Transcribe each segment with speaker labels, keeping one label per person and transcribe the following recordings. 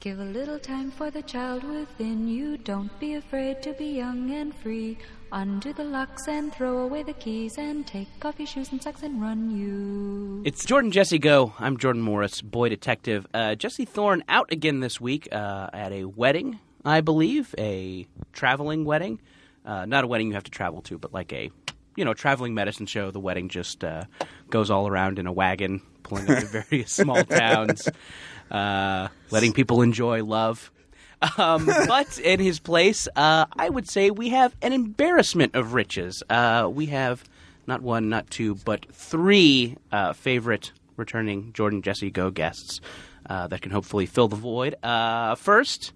Speaker 1: Give a little time for the child within you. Don't be afraid to be young and free. Undo the locks and throw away the keys and take off your shoes and socks and run you.
Speaker 2: It's Jordan Jesse Go. I'm Jordan Morris, boy detective. Uh, Jesse Thorne out again this week uh, at a wedding, I believe, a traveling wedding. Uh, not a wedding you have to travel to, but like a you know traveling medicine show. The wedding just uh, goes all around in a wagon, pulling up to various small towns, uh, letting people enjoy love. Um, but in his place, uh, I would say we have an embarrassment of riches. Uh, we have not one, not two, but three uh, favorite returning Jordan Jesse Go guests uh, that can hopefully fill the void. Uh, first,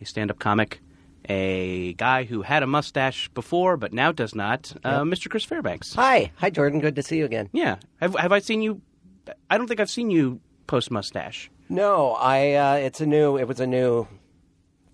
Speaker 2: a stand up comic, a guy who had a mustache before but now does not, uh, Mr. Chris Fairbanks.
Speaker 3: Hi, hi, Jordan. Good to see you again.
Speaker 2: Yeah. Have, have I seen you? I don't think I've seen you post mustache.
Speaker 3: No, I. Uh, it's a new. It was a new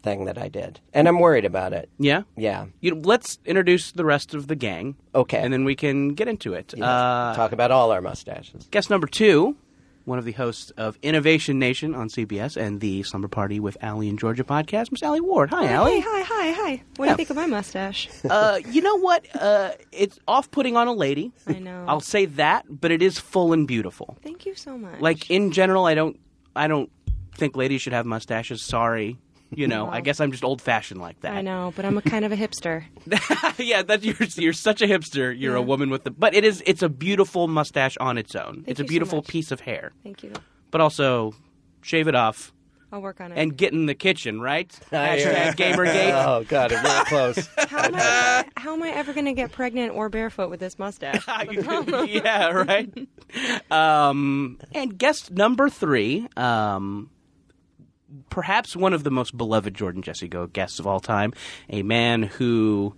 Speaker 3: thing that I did, and I'm worried about it.
Speaker 2: Yeah?
Speaker 3: Yeah.
Speaker 2: You know, let's introduce the rest of the gang.
Speaker 3: Okay.
Speaker 2: And then we can get into it. Uh,
Speaker 3: Talk about all our mustaches.
Speaker 2: Guest number two, one of the hosts of Innovation Nation on CBS and the Slumber Party with Allie and Georgia podcast, Miss Allie Ward. Hi,
Speaker 4: Hey,
Speaker 2: Allie.
Speaker 4: hi, hi, hi. What do
Speaker 2: Yeah.
Speaker 4: you think of my mustache?
Speaker 2: Uh, you know what? Uh, it's off putting on a lady.
Speaker 4: I know.
Speaker 2: I'll say that, but it is full and beautiful.
Speaker 4: Thank you so much.
Speaker 2: Like in general, I don't, I don't think ladies should have mustaches. Sorry. You know, I guess I'm just old fashioned like that.
Speaker 4: I know, but I'm a kind of a hipster.
Speaker 2: yeah, that you're you're such a hipster. You're a woman with the, but it is it's a beautiful mustache on its own. it's a
Speaker 4: you so
Speaker 2: beautiful
Speaker 4: much.
Speaker 2: piece of hair,
Speaker 4: Thank you.
Speaker 2: but also shave it off
Speaker 4: I'll work on it.
Speaker 2: and get in the kitchen, right?
Speaker 3: yeah.
Speaker 2: Hashtag Gamergate.
Speaker 3: Oh God, I'm really close.
Speaker 4: how, am I, how am I ever going to get pregnant or barefoot with this mustache?
Speaker 2: yeah, right. Um, and guest number three, um, perhaps one of the most beloved Jordan Jesse Go guests of all time, a man who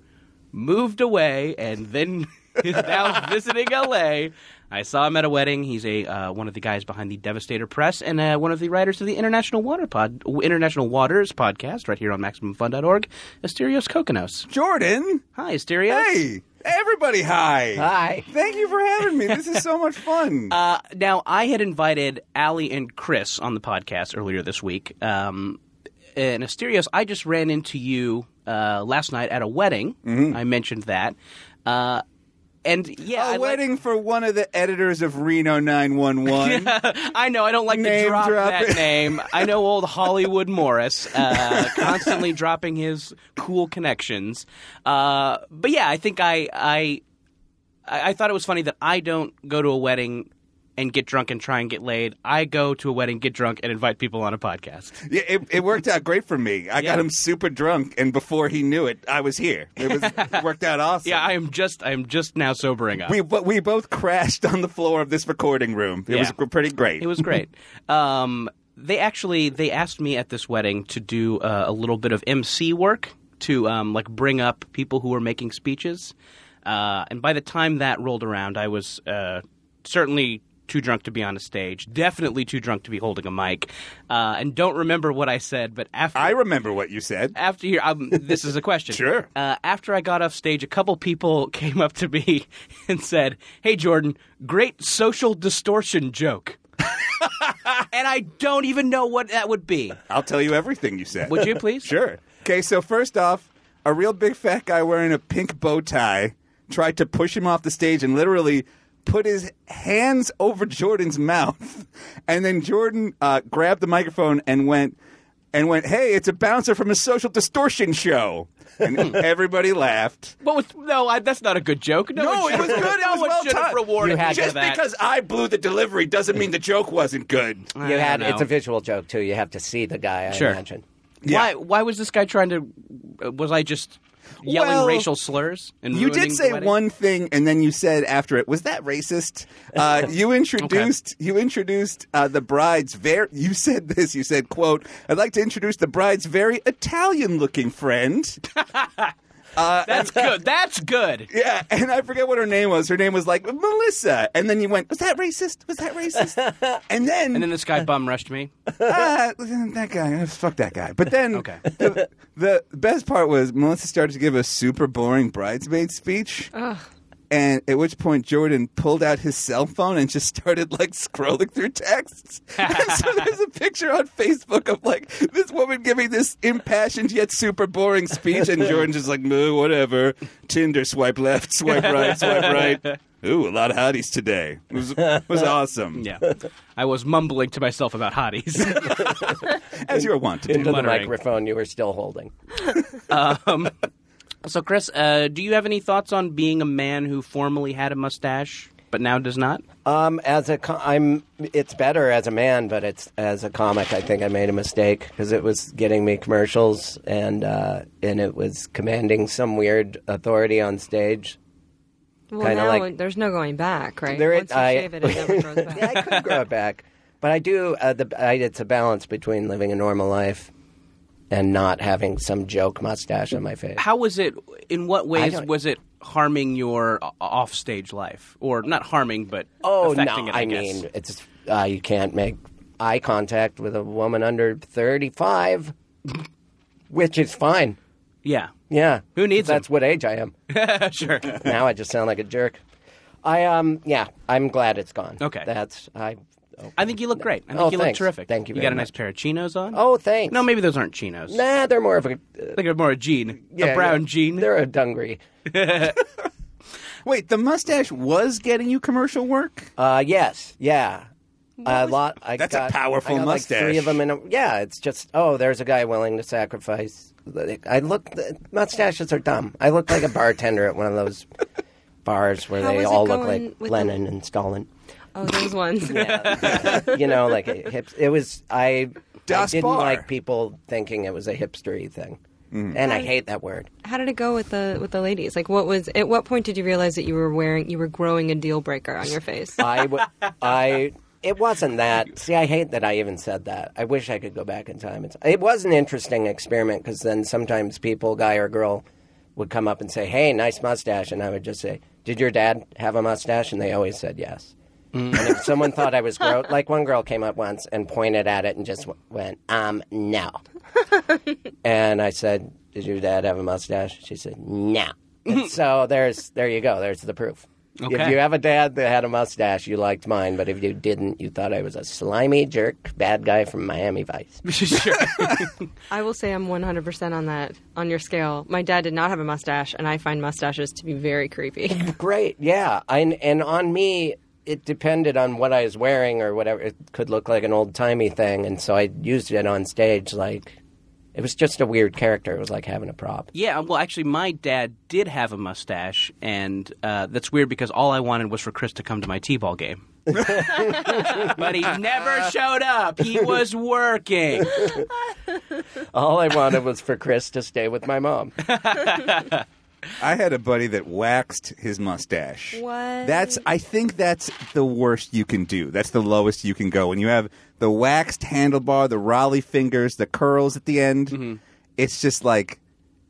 Speaker 2: moved away and then is now visiting LA. I saw him at a wedding. He's a uh, one of the guys behind the Devastator Press and uh, one of the writers of the International Water Pod, International Waters podcast, right here on MaximumFun.org. Asterios Kokonos.
Speaker 5: Jordan.
Speaker 2: Hi, Asterios.
Speaker 5: Hey, everybody, hi.
Speaker 3: Hi.
Speaker 5: Thank you for having me. This is so much fun.
Speaker 2: Uh, now, I had invited Allie and Chris on the podcast earlier this week. Um, and Asterios, I just ran into you uh, last night at a wedding. I mentioned that. Uh, and yeah, I
Speaker 5: Mm-hmm. a
Speaker 2: like-
Speaker 5: wedding Uh, for one of the editors of Reno 911.
Speaker 2: I know I don't like to
Speaker 5: Name
Speaker 2: drop,
Speaker 5: drop
Speaker 2: that
Speaker 5: it.
Speaker 2: name. I know old Hollywood Morris, uh, constantly dropping his cool connections. Uh, but yeah, I think I, I I I thought it was funny that I don't go to a wedding and get drunk and try and get laid. I go to a wedding, get drunk, and invite people on a podcast.
Speaker 5: Yeah, it, it worked out great for me. I got him super drunk, and before he knew it, I was here. It was it worked out awesome.
Speaker 2: Yeah, I am just I am just now sobering up.
Speaker 5: we but we both crashed on the floor of this recording room. It
Speaker 2: Yeah.
Speaker 5: was pretty great.
Speaker 2: It was great. um, they actually they asked me at this wedding to do uh, a little bit of MC work to um, like bring up people who were making speeches. Uh, and by the time that rolled around, I was uh, certainly too drunk to be on a stage. Definitely too drunk to be holding a mic. Uh, and don't remember what I said, but after
Speaker 5: I remember what you said.
Speaker 2: after you, um, this is a question.
Speaker 5: Sure.
Speaker 2: Uh, after I got off stage, a couple people came up to me and said, "Hey, Jordan, great social distortion joke." and I don't even know what that would be.
Speaker 5: I'll tell you everything you said.
Speaker 2: Would you please?
Speaker 5: Sure. Okay, so first off, a real big fat guy wearing a pink bow tie tried to push him off the stage and literally put his hands over Jordan's mouth. And then Jordan uh, grabbed the microphone and went and went, "Hey, it's a bouncer from a social distortion show."
Speaker 3: Hmm.
Speaker 5: And everybody laughed.
Speaker 2: But with, no, I, that's not a good joke. No,
Speaker 5: No,
Speaker 2: one
Speaker 5: it was
Speaker 2: should-
Speaker 5: good. It
Speaker 2: No
Speaker 5: was
Speaker 2: one
Speaker 5: well
Speaker 2: should have
Speaker 5: timed.
Speaker 2: rewarded
Speaker 3: You had
Speaker 2: me
Speaker 3: to
Speaker 2: for
Speaker 5: Just
Speaker 2: that.
Speaker 5: because I blew the delivery doesn't mean the joke wasn't good.
Speaker 2: I
Speaker 3: You
Speaker 2: don't
Speaker 3: had. It's
Speaker 2: know.
Speaker 3: a visual joke too. You have to see the guy. I
Speaker 2: Sure.
Speaker 3: imagine.
Speaker 2: Why? Why was this guy trying to? Was I just yelling
Speaker 5: Well,
Speaker 2: racial slurs? And
Speaker 5: You
Speaker 2: ruining
Speaker 5: did
Speaker 2: the
Speaker 5: say
Speaker 2: wedding?
Speaker 5: one thing, and then you said after it, "Was that racist?" Uh, you introduced you introduced uh, the bride's very. You said this. You said, "quote I'd like to introduce the bride's very Italian-looking friend."
Speaker 2: That's good. That's good.
Speaker 5: Yeah, and I forget what her name was. Her name was like Melissa, and then you went, "Was that racist? Was that racist?" and then,
Speaker 2: And then this guy bum rushed me.
Speaker 5: uh, that guy, uh, fuck that guy. But then,
Speaker 2: Okay.
Speaker 5: the, the best part was Melissa started to give a super boring bridesmaid speech. And at which point Jordan pulled out his cell phone and just started like scrolling through texts. and so there's a picture on Facebook of like this woman giving this impassioned yet super boring speech, and Jordan just like, no, whatever. Tinder, swipe left, swipe right, swipe right. Ooh, a lot of hotties today. It was, it was awesome.
Speaker 2: Yeah. I was mumbling to myself about hotties.
Speaker 5: As you're wont to do.
Speaker 3: Into the
Speaker 2: muttering.
Speaker 3: microphone you were still holding.
Speaker 2: so, Chris, uh, do you have any thoughts on being a man who formerly had a mustache but now does not?
Speaker 3: Um, as a, co- I'm. It's better as a man, but it's as a comic. I think I made a mistake because it was getting me commercials, and uh, and it was commanding some weird authority on stage.
Speaker 4: Well,
Speaker 3: Kinda
Speaker 4: now
Speaker 3: like-
Speaker 4: there's no going back, right?
Speaker 3: There is-
Speaker 4: Once you
Speaker 3: I-
Speaker 4: shave it, it never grows back.
Speaker 3: Yeah, I could grow it back, but I do. Uh, the I, it's a balance between living a normal life and not having some joke mustache on my face.
Speaker 2: How was it? In what ways
Speaker 3: don't-
Speaker 2: was it harming your o- offstage life? Or not harming, but
Speaker 3: Oh
Speaker 2: affecting
Speaker 3: no!
Speaker 2: it,
Speaker 3: I,
Speaker 2: I, guess.
Speaker 3: mean, it's uh, you can't make eye contact with a woman under thirty-five, which is fine.
Speaker 2: Yeah.
Speaker 3: Yeah,
Speaker 2: Who needs
Speaker 3: That's
Speaker 2: them?
Speaker 3: what age I am.
Speaker 2: sure.
Speaker 3: now I just sound like a jerk. I um yeah, I'm glad it's gone.
Speaker 2: Okay.
Speaker 3: that's I. Oh,
Speaker 2: I think you look great. I think
Speaker 3: Oh,
Speaker 2: you look
Speaker 3: thanks.
Speaker 2: terrific.
Speaker 3: Thank you
Speaker 2: You
Speaker 3: very
Speaker 2: got a nice
Speaker 3: much.
Speaker 2: pair of chinos on?
Speaker 3: oh thanks.
Speaker 2: No, maybe those aren't chinos.
Speaker 3: nah, they're more of a uh,
Speaker 2: I think they're more a jean.
Speaker 3: yeah,
Speaker 2: a brown
Speaker 3: yeah.
Speaker 2: jean.
Speaker 3: They're a dungaree.
Speaker 5: Wait, the mustache was getting you commercial work?
Speaker 3: Uh, yes, yeah. A lot. I
Speaker 5: That's a
Speaker 3: got,
Speaker 5: powerful
Speaker 3: I got Like
Speaker 5: mustache.
Speaker 3: three of them in a. Yeah, it's just oh, there's a guy willing to sacrifice. I look. Mustaches are dumb. I look like a bartender at one of those bars where
Speaker 4: How
Speaker 3: they
Speaker 4: is it
Speaker 3: all look
Speaker 4: going
Speaker 3: like
Speaker 4: with
Speaker 3: Lenin and Stalin.
Speaker 4: Oh, those ones.
Speaker 3: you know, like a hip. It was I.
Speaker 5: Das
Speaker 3: I didn't
Speaker 5: Bar. Mm.
Speaker 3: like people thinking it was a hipstery thing, and I hate that word.
Speaker 4: How did it go with the with the ladies? Like, what was at what point did you realize that you were wearing you were growing a deal breaker on your face?
Speaker 3: I, w- I, it wasn't that. See, I hate that I even said that. I wish I could go back in time. It's, it was an interesting experiment because then sometimes people, guy or girl, would come up and say, "Hey, nice mustache," and I would just say, "Did your dad have a mustache?" And they always said yes. And if someone thought I was gross, like one girl came up once and pointed at it and just w- went, "Um, no." and I said, "Did your dad have a mustache?" She said, "No." And so there's there you go. There's the proof. If
Speaker 2: Okay.
Speaker 3: you have a dad that had a mustache, you liked mine. But if you didn't, you thought I was a slimy jerk, bad guy from Miami Vice.
Speaker 2: sure.
Speaker 4: I will say I'm 100% on that on your scale. My dad did not have a mustache, and I find mustaches to be very creepy.
Speaker 3: Great, yeah. And and on me, it depended on what I was wearing or whatever. It could look like an old timey thing, and so I used it on stage. Like it was just a weird character. It was like having a prop.
Speaker 2: Yeah, um, well, actually, my dad did have a mustache, and uh, that's weird because all I wanted was for Chris to come to my T-ball game. but he never showed up. He was working.
Speaker 3: All I wanted was for Chris to stay with my mom.
Speaker 5: I had a buddy that waxed his mustache.
Speaker 4: What?
Speaker 5: That's I think that's the worst you can do. That's the lowest you can go. When you have the waxed handlebar, the Raleigh fingers, the curls at the end, it's just like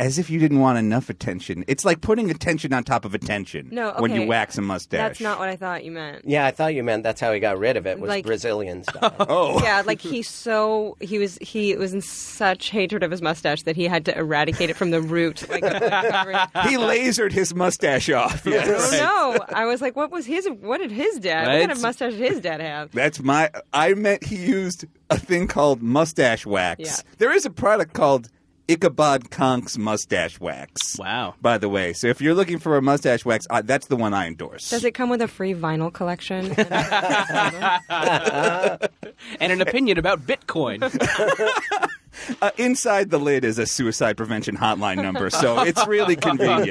Speaker 5: as if you didn't want enough attention. It's like putting attention on top of attention
Speaker 4: No,
Speaker 5: when you
Speaker 4: okay.
Speaker 5: wax a mustache.
Speaker 4: That's not what I thought you meant.
Speaker 3: Yeah, I thought you meant that's how he got rid of it was
Speaker 4: Like-
Speaker 3: Brazilian style.
Speaker 5: Oh.
Speaker 4: Yeah, like he so he was he was in such hatred of his mustache that he had to eradicate it from the root. Like,
Speaker 5: He lasered his mustache off. Yes.
Speaker 4: no, I was like, what was his? What did his dad? What kind of
Speaker 2: Right.
Speaker 4: mustache did his dad have?
Speaker 5: That's my. I meant he used a thing called mustache wax.
Speaker 4: Yeah.
Speaker 5: There is a product called Ichabod Conk's mustache wax.
Speaker 2: Wow.
Speaker 5: By the way, so if you're looking for a mustache wax, I, that's the one I endorse.
Speaker 4: Does it come with a free vinyl collection?
Speaker 2: And an opinion about Bitcoin.
Speaker 5: Uh, inside the lid is a suicide prevention hotline number, so it's really convenient.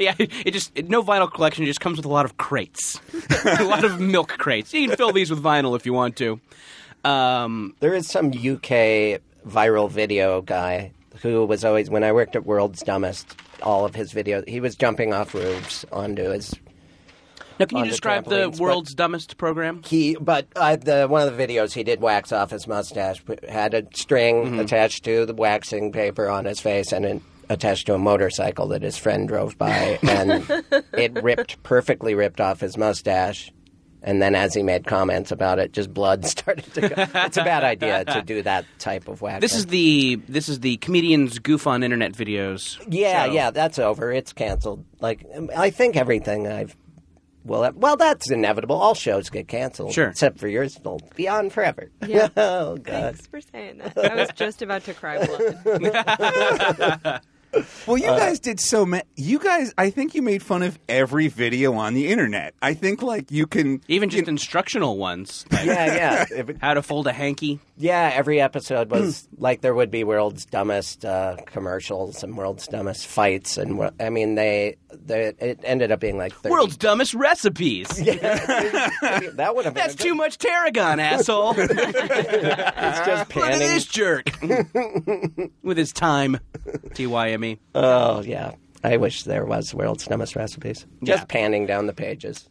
Speaker 2: yeah, it just it- no vinyl collection. It just comes with a lot of crates, a lot of milk crates. You can fill these with vinyl if you want to. Um,
Speaker 3: there is some UK viral video guy who was always when I worked at World's Dumbest, all of his videos he was jumping off roofs onto his
Speaker 2: now, can you
Speaker 3: On the
Speaker 2: describe the
Speaker 3: trampolines, but-
Speaker 2: world's dumbest program?
Speaker 3: he but uh, the one of the videos he did wax off his mustache but had a string attached to the waxing paper on his face and it attached to a motorcycle that his friend drove by and it ripped perfectly ripped off his mustache And then as he made comments about it, just blood started to go. it's a bad idea to do that type of whack.
Speaker 2: This is the this is the comedians goof on internet videos.
Speaker 3: Yeah,
Speaker 2: show.
Speaker 3: yeah, that's over. It's canceled. Like um, I think everything I've well, well, that's inevitable. All shows get canceled,
Speaker 2: Sure.
Speaker 3: except for yours. It'll be on forever.
Speaker 4: Yeah.
Speaker 3: oh God.
Speaker 4: Thanks for saying that. I was just about to cry blood.
Speaker 5: Well, you guys did so many. You guys, I think you made fun of every video on the internet. I think like you can
Speaker 2: Even just instructional ones, like
Speaker 3: Yeah, yeah, If it-
Speaker 2: how to fold a hanky.
Speaker 3: yeah. Every episode was like there would be world's dumbest uh, commercials and world's dumbest fights, and wor- I mean they, they it ended up being like 30.
Speaker 2: World's dumbest recipes.
Speaker 3: that would have been
Speaker 2: That's
Speaker 3: a good-
Speaker 2: too much tarragon, asshole. Look
Speaker 3: It's just
Speaker 2: at
Speaker 3: panning.
Speaker 2: this jerk with his time. T Y M E.
Speaker 3: Oh yeah. I wish there was world's dumbest recipes. Just
Speaker 2: Yeah.
Speaker 3: panning down the pages.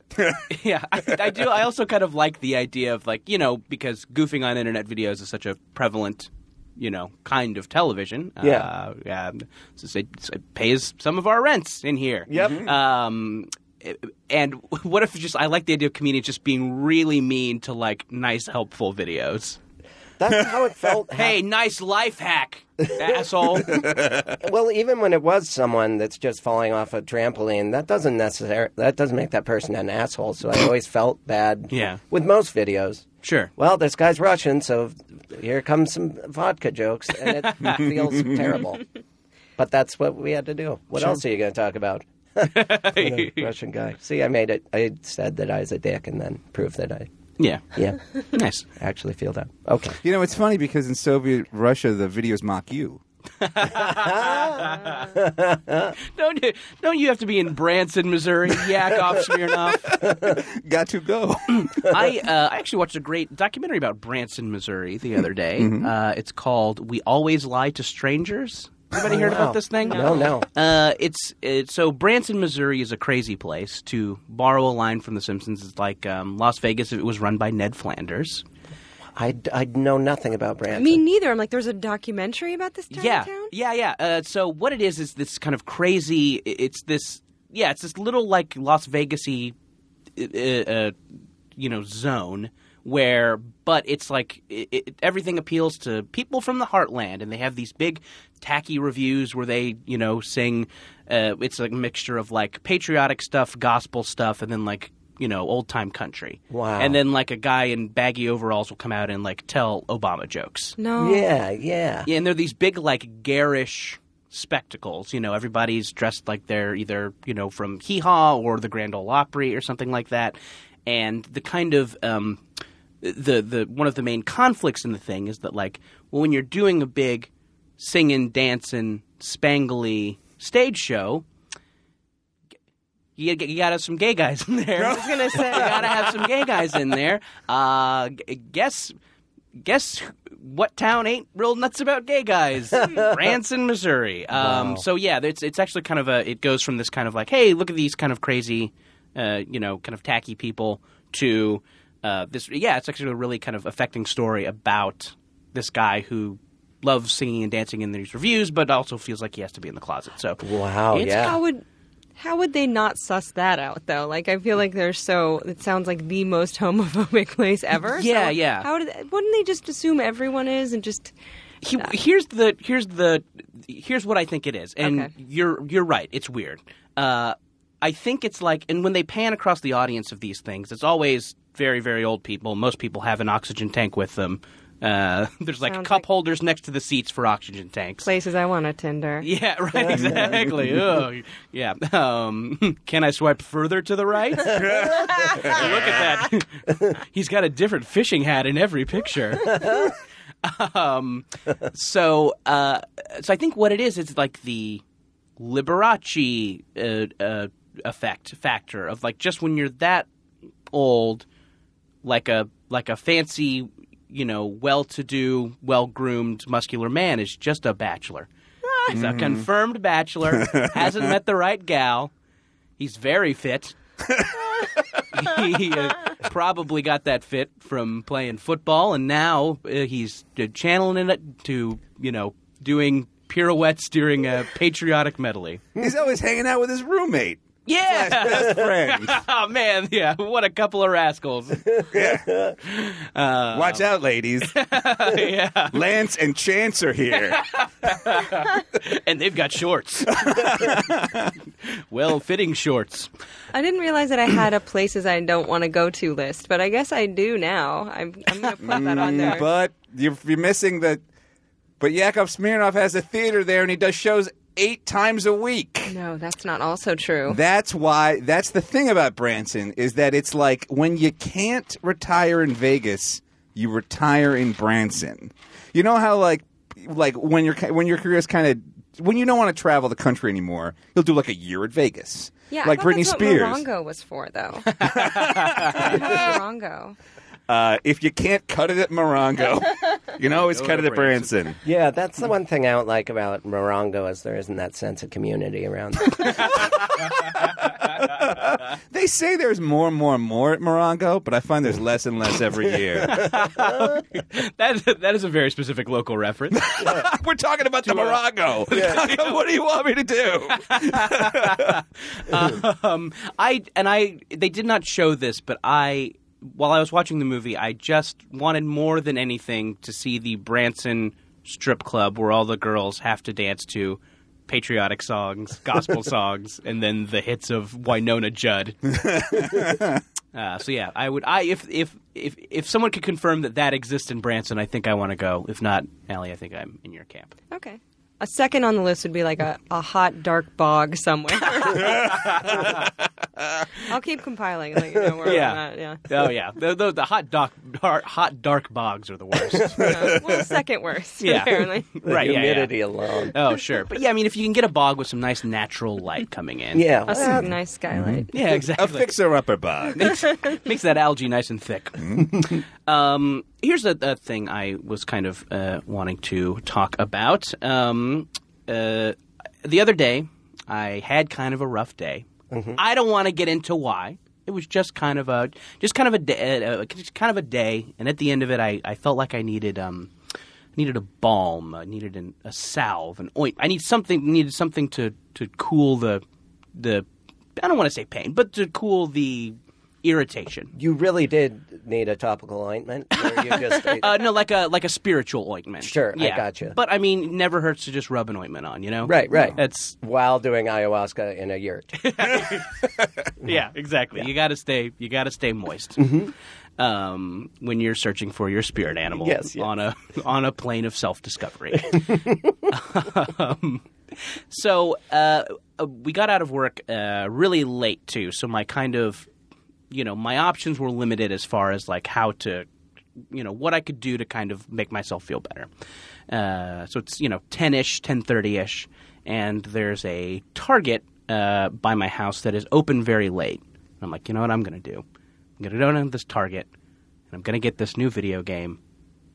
Speaker 2: Yeah, I, I do. I also kind of like the idea of like you know because goofing on internet videos is such a prevalent you know kind of television.
Speaker 3: Yeah.
Speaker 2: uh, yeah. So it, it pays some of our rents in here.
Speaker 3: Yep.
Speaker 2: Um, and what if just I like the idea of comedians just being really mean to like nice helpful videos.
Speaker 3: That's how it felt.
Speaker 2: Hey, nice life hack, asshole.
Speaker 3: Well, even when it was someone that's just falling off a trampoline, that doesn't necessarily that doesn't make that person an asshole. So I always felt bad.
Speaker 2: Yeah.
Speaker 3: With most videos.
Speaker 2: Sure.
Speaker 3: Well, this guy's Russian, so here comes some vodka jokes, and it feels terrible. But that's what we had to do. What else are you going to talk about? You know, Russian guy. See, I made it. I said that I was a dick, and then proved that I,
Speaker 2: Yeah.
Speaker 3: yeah,
Speaker 2: Nice.
Speaker 3: actually feel that. Okay.
Speaker 5: You know, it's funny because in Soviet Russia, the videos mock you.
Speaker 2: Don't you, don't you have to be in Branson, Missouri, yak off Smirnoff?
Speaker 5: Got to go.
Speaker 2: I, uh, I actually watched a great documentary about Branson, Missouri the other day. Uh, it's called We Always Lie to Strangers. Anybody heard
Speaker 3: wow.
Speaker 2: about this thing?
Speaker 3: No, no.
Speaker 2: Uh, it's, it's so Branson, Missouri is a crazy place. To borrow a line from The Simpsons, it's like um, Las Vegas if it was run by Ned Flanders.
Speaker 3: I, I know nothing about Branson.
Speaker 4: Me neither. I'm like, there's a documentary about this tiny
Speaker 2: yeah,
Speaker 4: town?
Speaker 2: Yeah, yeah, Uh, so what it is is this kind of crazy. i- It's this. Yeah, it's this little like Las Vegasy, uh, uh, you know, zone where, but it's like it, it, everything appeals to people from the heartland, and they have these big tacky reviews where they, you know, sing. Uh, it's a mixture of like patriotic stuff, gospel stuff, and then like you know old time country.
Speaker 3: Wow.
Speaker 2: And then like a guy in baggy overalls will come out and like tell Obama jokes.
Speaker 4: No.
Speaker 3: Yeah, yeah.
Speaker 2: Yeah, and they're these big, like, garish spectacles. You know, everybody's dressed like they're either, you know, from Hee Haw or the Grand Ole Opry or something like that. And the kind of. Um, the the one of the main conflicts in the thing is that like well when you're doing a big singing dancing spangly stage show you, you gotta have some gay guys in there
Speaker 4: I was going to say,
Speaker 2: you gotta have some gay guys in there. Uh, g- guess, guess what town ain't real nuts about gay guys? Branson, Missouri. Um, So yeah, it's it's actually kind of a it goes from this kind of like, hey, look at these kind of crazy, uh, you know, kind of tacky people to uh, this. Yeah, it's actually a really kind of affecting story about this guy who. Loves singing and dancing in these reviews, but also feels like he has to be in the closet. So
Speaker 3: Wow,
Speaker 2: It's
Speaker 3: yeah.
Speaker 4: how would how would they not suss that out though? Like I feel like they're so it sounds like the most homophobic place ever.
Speaker 2: Yeah,
Speaker 4: So
Speaker 2: yeah.
Speaker 4: How did wouldn't they just assume everyone is and just
Speaker 2: He, here's the here's the here's what I think it is, and
Speaker 4: Okay.
Speaker 2: you're you're right. It's weird. Uh, I think it's like, and when they pan across the audience of these things, it's always very very old people. Most people have an oxygen tank with them. Uh, there's like
Speaker 4: Sounds
Speaker 2: cup
Speaker 4: like-
Speaker 2: holders next to the seats for oxygen tanks.
Speaker 4: places I want to Tinder?
Speaker 2: Yeah, right. Exactly. oh, yeah. Um, can I swipe further to the right? Look at that. He's got a different fishing hat in every picture. um, so, uh, so I think what it is is like the Liberace uh, uh, effect factor of like just when you're that old, like a like a fancy, you know, well-to-do, well-groomed, muscular man is just a bachelor. He's a confirmed bachelor. hasn't met the right gal. He's very fit. he uh, probably got that fit from playing football, and now uh, he's uh, channeling it to you know doing pirouettes during a patriotic medley.
Speaker 5: He's always hanging out with his roommate.
Speaker 2: Yeah.
Speaker 5: best friend.
Speaker 2: Oh man, yeah. What a couple of rascals.
Speaker 5: Watch out, ladies.
Speaker 2: yeah.
Speaker 5: Lance and Chance are here.
Speaker 2: And they've got shorts. well fitting shorts.
Speaker 4: I didn't realize that I had a places I don't want to go to list, but I guess I do now. I'm, I'm going to put that on there.
Speaker 5: Mm, but you're, you're missing the. But Yakov Smirnov has a theater there, and he does shows eight times a week.
Speaker 4: no, that's not also true.
Speaker 5: That's why. That's the thing about Branson is that it's like when you can't retire in Vegas, you retire in Branson. You know how like like when your when your career is kind of when you don't want to travel the country anymore, you'll do like a year at Vegas.
Speaker 4: yeah, I
Speaker 5: like
Speaker 4: thought
Speaker 5: Britney
Speaker 4: that's
Speaker 5: Spears.
Speaker 4: What Morongo was for, though. Morongo.
Speaker 5: Uh, if you can't cut it at Morongo, you can always cut
Speaker 2: to
Speaker 5: it at
Speaker 2: Branson.
Speaker 5: Branson.
Speaker 3: Yeah, that's the one thing I don't like about Morongo is there isn't that sense of community around. it.
Speaker 5: They say there's more and more and more at Morongo, but I find there's less and less every year.
Speaker 2: That that is a very specific local reference.
Speaker 5: We're talking about the Morongo. what do you want me to do?
Speaker 2: um, I and I they did not show this, but I while I was watching the movie, I just wanted more than anything to see the Branson strip club where all the girls have to dance to patriotic songs, gospel songs, and then the hits of Winona Judd. Uh, so yeah, I would. I if if if if someone could confirm that that exists in Branson, I think I want to go. If not, Allie, I think I'm in your camp.
Speaker 4: Okay. A second on the list would be like a, a hot, dark bog somewhere. I'll keep compiling and let you know where I'm at. Yeah.
Speaker 2: Oh yeah. The, the, the hot doc, dark, hot dark bogs are the worst.
Speaker 4: Uh, well, second worst,
Speaker 2: Yeah.
Speaker 4: apparently.
Speaker 3: The
Speaker 2: right. yeah, yeah.
Speaker 3: humidity alone.
Speaker 2: Oh, sure. But yeah, I mean, if you can get a bog with some nice natural light coming in.
Speaker 3: Yeah,
Speaker 4: A
Speaker 3: well,
Speaker 4: s- nice skylight.
Speaker 2: Yeah,
Speaker 5: A
Speaker 2: exactly.
Speaker 5: fixer upper bug.
Speaker 2: Makes that algae nice and thick. um, here's a, a thing I was kind of uh, wanting to talk about. Um, uh, the other day, I had kind of a rough day. I don't want to get into why. It was just kind of a just kind of a day, uh, just kind of a day, and at the end of it, I, I felt like I needed um, I needed a balm, I needed an, a salve, an oint. I need something needed something to to cool the the I don't want to say pain, but to cool the irritation.
Speaker 3: you really did need a topical ointment. Or you just
Speaker 2: Uh, no, like a like a spiritual ointment.
Speaker 3: Sure, I gotcha.
Speaker 2: But I mean, it never hurts to just rub an ointment on, you know?
Speaker 3: Right, right.
Speaker 2: That's
Speaker 3: while doing ayahuasca in a yurt.
Speaker 2: yeah, exactly. You got to stay. You got to stay moist. Um, when you're searching for your spirit animal
Speaker 3: Mm-hmm. Yes, yes.
Speaker 2: on a on a plane of self discovery. um, so uh, uh, we got out of work uh, really late too. So my kind of you know my options were limited as far as like how to you know what I could do to kind of make myself feel better. Uh, so it's you know ten ish, ten thirty ish, and there's a Target uh, by my house that is open very late. And I'm like, you know what I'm going to do? I'm going to go down to this Target, and I'm going to get this new video game,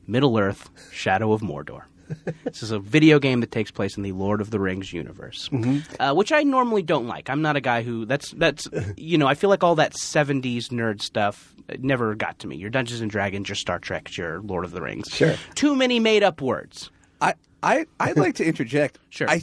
Speaker 2: Middle Earth: Shadow of Mordor. this is a video game that takes place in the Lord of the Rings universe, uh, which I normally don't like. I'm not a guy who that's that's you know I feel like all that '70s nerd stuff uh, never got to me. Your Dungeons and Dragons, your Star Trek, your Lord of the Rings. Sure, too many made up words.
Speaker 5: I, I, I'd like to interject.
Speaker 2: Sure.
Speaker 5: I,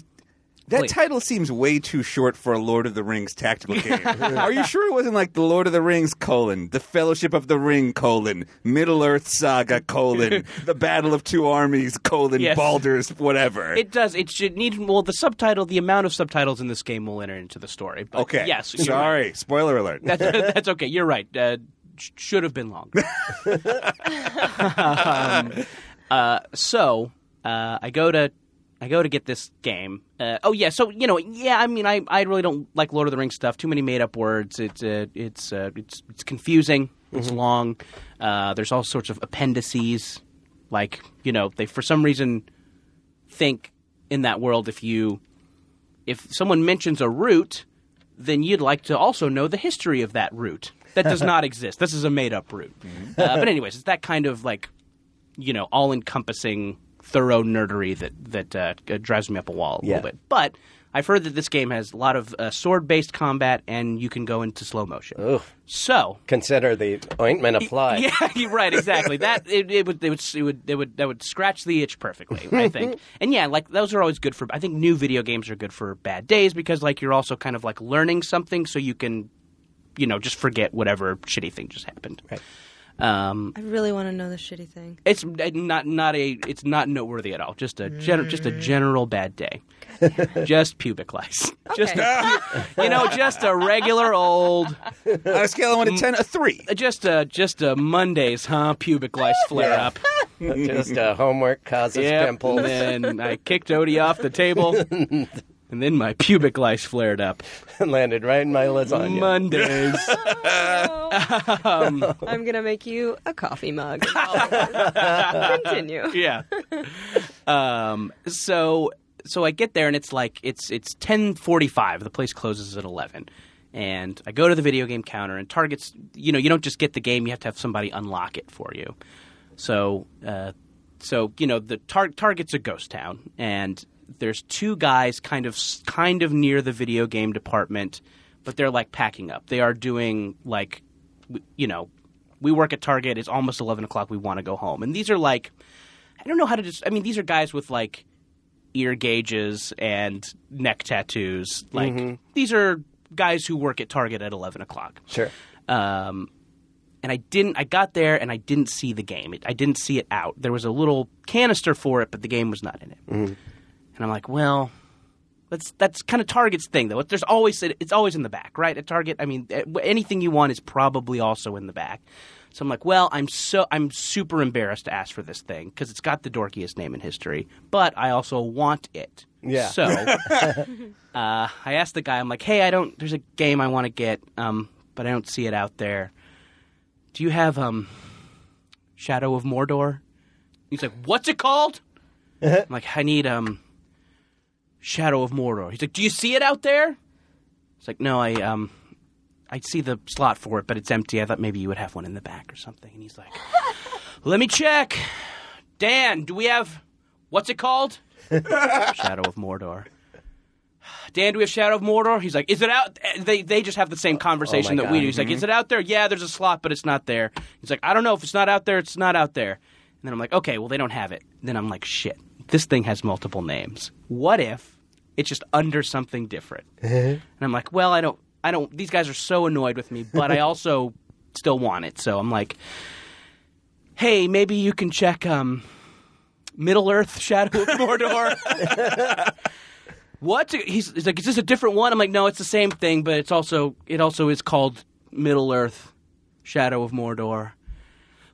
Speaker 5: that
Speaker 2: Please.
Speaker 5: title seems way too short for a Lord of the Rings tactical game. Are you sure it wasn't like the Lord of the Rings colon, the Fellowship of the Ring colon, Middle Earth Saga colon, the Battle of Two Armies colon,
Speaker 2: Yes.
Speaker 5: Baldur's whatever?
Speaker 2: It does. It should need well the subtitle. The amount of subtitles in this game will enter into the story. But
Speaker 5: okay.
Speaker 2: Yes. you're right.
Speaker 5: Sorry. Spoiler alert.
Speaker 2: That's, that's okay. You're right. Uh, sh- should have been long. Um, uh, so uh, I go to I go to get this game. Uh, oh yeah. So you know, yeah. I mean, I, I really don't like Lord of the Rings stuff. Too many made up words. It's uh, it's uh, it's it's confusing. It's long. Uh, there's all sorts of appendices. Like you know, they for some reason think in that world if you if someone mentions a root, then you'd like to also know the history of that root. That does not exist. This is a made up root. Uh, but anyways, it's that kind of like you know all encompassing thorough nerdery that that uh, g- drives me up a wall a
Speaker 3: Yeah.
Speaker 2: little bit. But I've heard that this game has a lot of uh, sword based combat, and you can go into slow motion. So
Speaker 3: Consider the ointment applied.
Speaker 2: yeah, you're right. Exactly. That it, it would it would it would it would that would scratch the itch perfectly. I think. and yeah, like those are always good for. I think new video games are good for bad days because like you're also kind of like learning something, so you can, you know, just forget whatever shitty thing just happened. Right. Um,
Speaker 4: I really want to know the shitty thing.
Speaker 2: it's not not a it's not noteworthy at all. Just a gen- just a general bad day. Just pubic lice. Just a, you know, just a regular old
Speaker 5: On a scale of one to ten, a three.
Speaker 2: just a just a Mondays, huh? Pubic lice flare up.
Speaker 3: Just uh, homework causes
Speaker 2: Yep,
Speaker 3: pimples.
Speaker 2: And then I kicked Odie off the table, and then my pubic lice flared up.
Speaker 3: landed right in my lasagna.
Speaker 2: Mondays.
Speaker 4: Oh, I'm gonna make you a coffee mug. Continue.
Speaker 2: yeah. Um. So so I get there and it's like it's it's ten forty five. The place closes at eleven, and I go to the video game counter and Target's. You know, you don't just get the game; you have to have somebody unlock it for you. So uh, so you know the tar- Target's a ghost town, and there's two guys kind of s- kind of near the video game department, but they're like packing up. They are doing like w- you know. We work at Target. It's almost eleven o'clock. We want to go home, and these are like I don't know how to just. I mean, these are guys with like ear gauges and neck tattoos. Like these are guys who work at Target at eleven o'clock.
Speaker 3: Sure.
Speaker 2: Um, and I didn't. I got there and I didn't see the game. It, I didn't see it out. There was a little canister for it, but the game was not in it. And I'm like, well, that's that's kind of Target's thing though. There's always it's always in the back, right? At Target, I mean, eh, anything you want is probably also in the back. So I'm like, well, I'm so I'm super embarrassed to ask for this thing because it's got the dorkiest name in history, but I also want it.
Speaker 3: Yeah.
Speaker 2: So uh, I asked the guy, I'm like, hey, I don't. There's a game I want to get, um, but I don't see it out there. Do you have um, Shadow of Mordor? He's like, what's it called? I'm like, I need um, Shadow of Mordor. He's like, do you see it out there? It's like, no, I um, I see the slot for it, but it's empty. I thought maybe you would have one in the back or something. And he's like, let me check. Dan, do we have what's it called? Shadow of Mordor. Dan, do we have Shadow of Mordor? He's like, is it out? They they just have the same conversation that we
Speaker 3: God.
Speaker 2: do. He's like, is it out there? Yeah, there's a slot, but it's not there. He's like, I don't know if it's not out there. It's not out there. And then I'm like, okay, well they don't have it. then I'm like, shit, this thing has multiple names. What if it's just under something different? and I'm like, well, I don't, I don't. These guys are so annoyed with me, but I also still want it. So I'm like, hey, maybe you can check um, Middle Earth Shadow of Mordor. what? He's, he's like, is this a different one? I'm like, no, it's the same thing, but it's also it also is called Middle Earth Shadow of Mordor.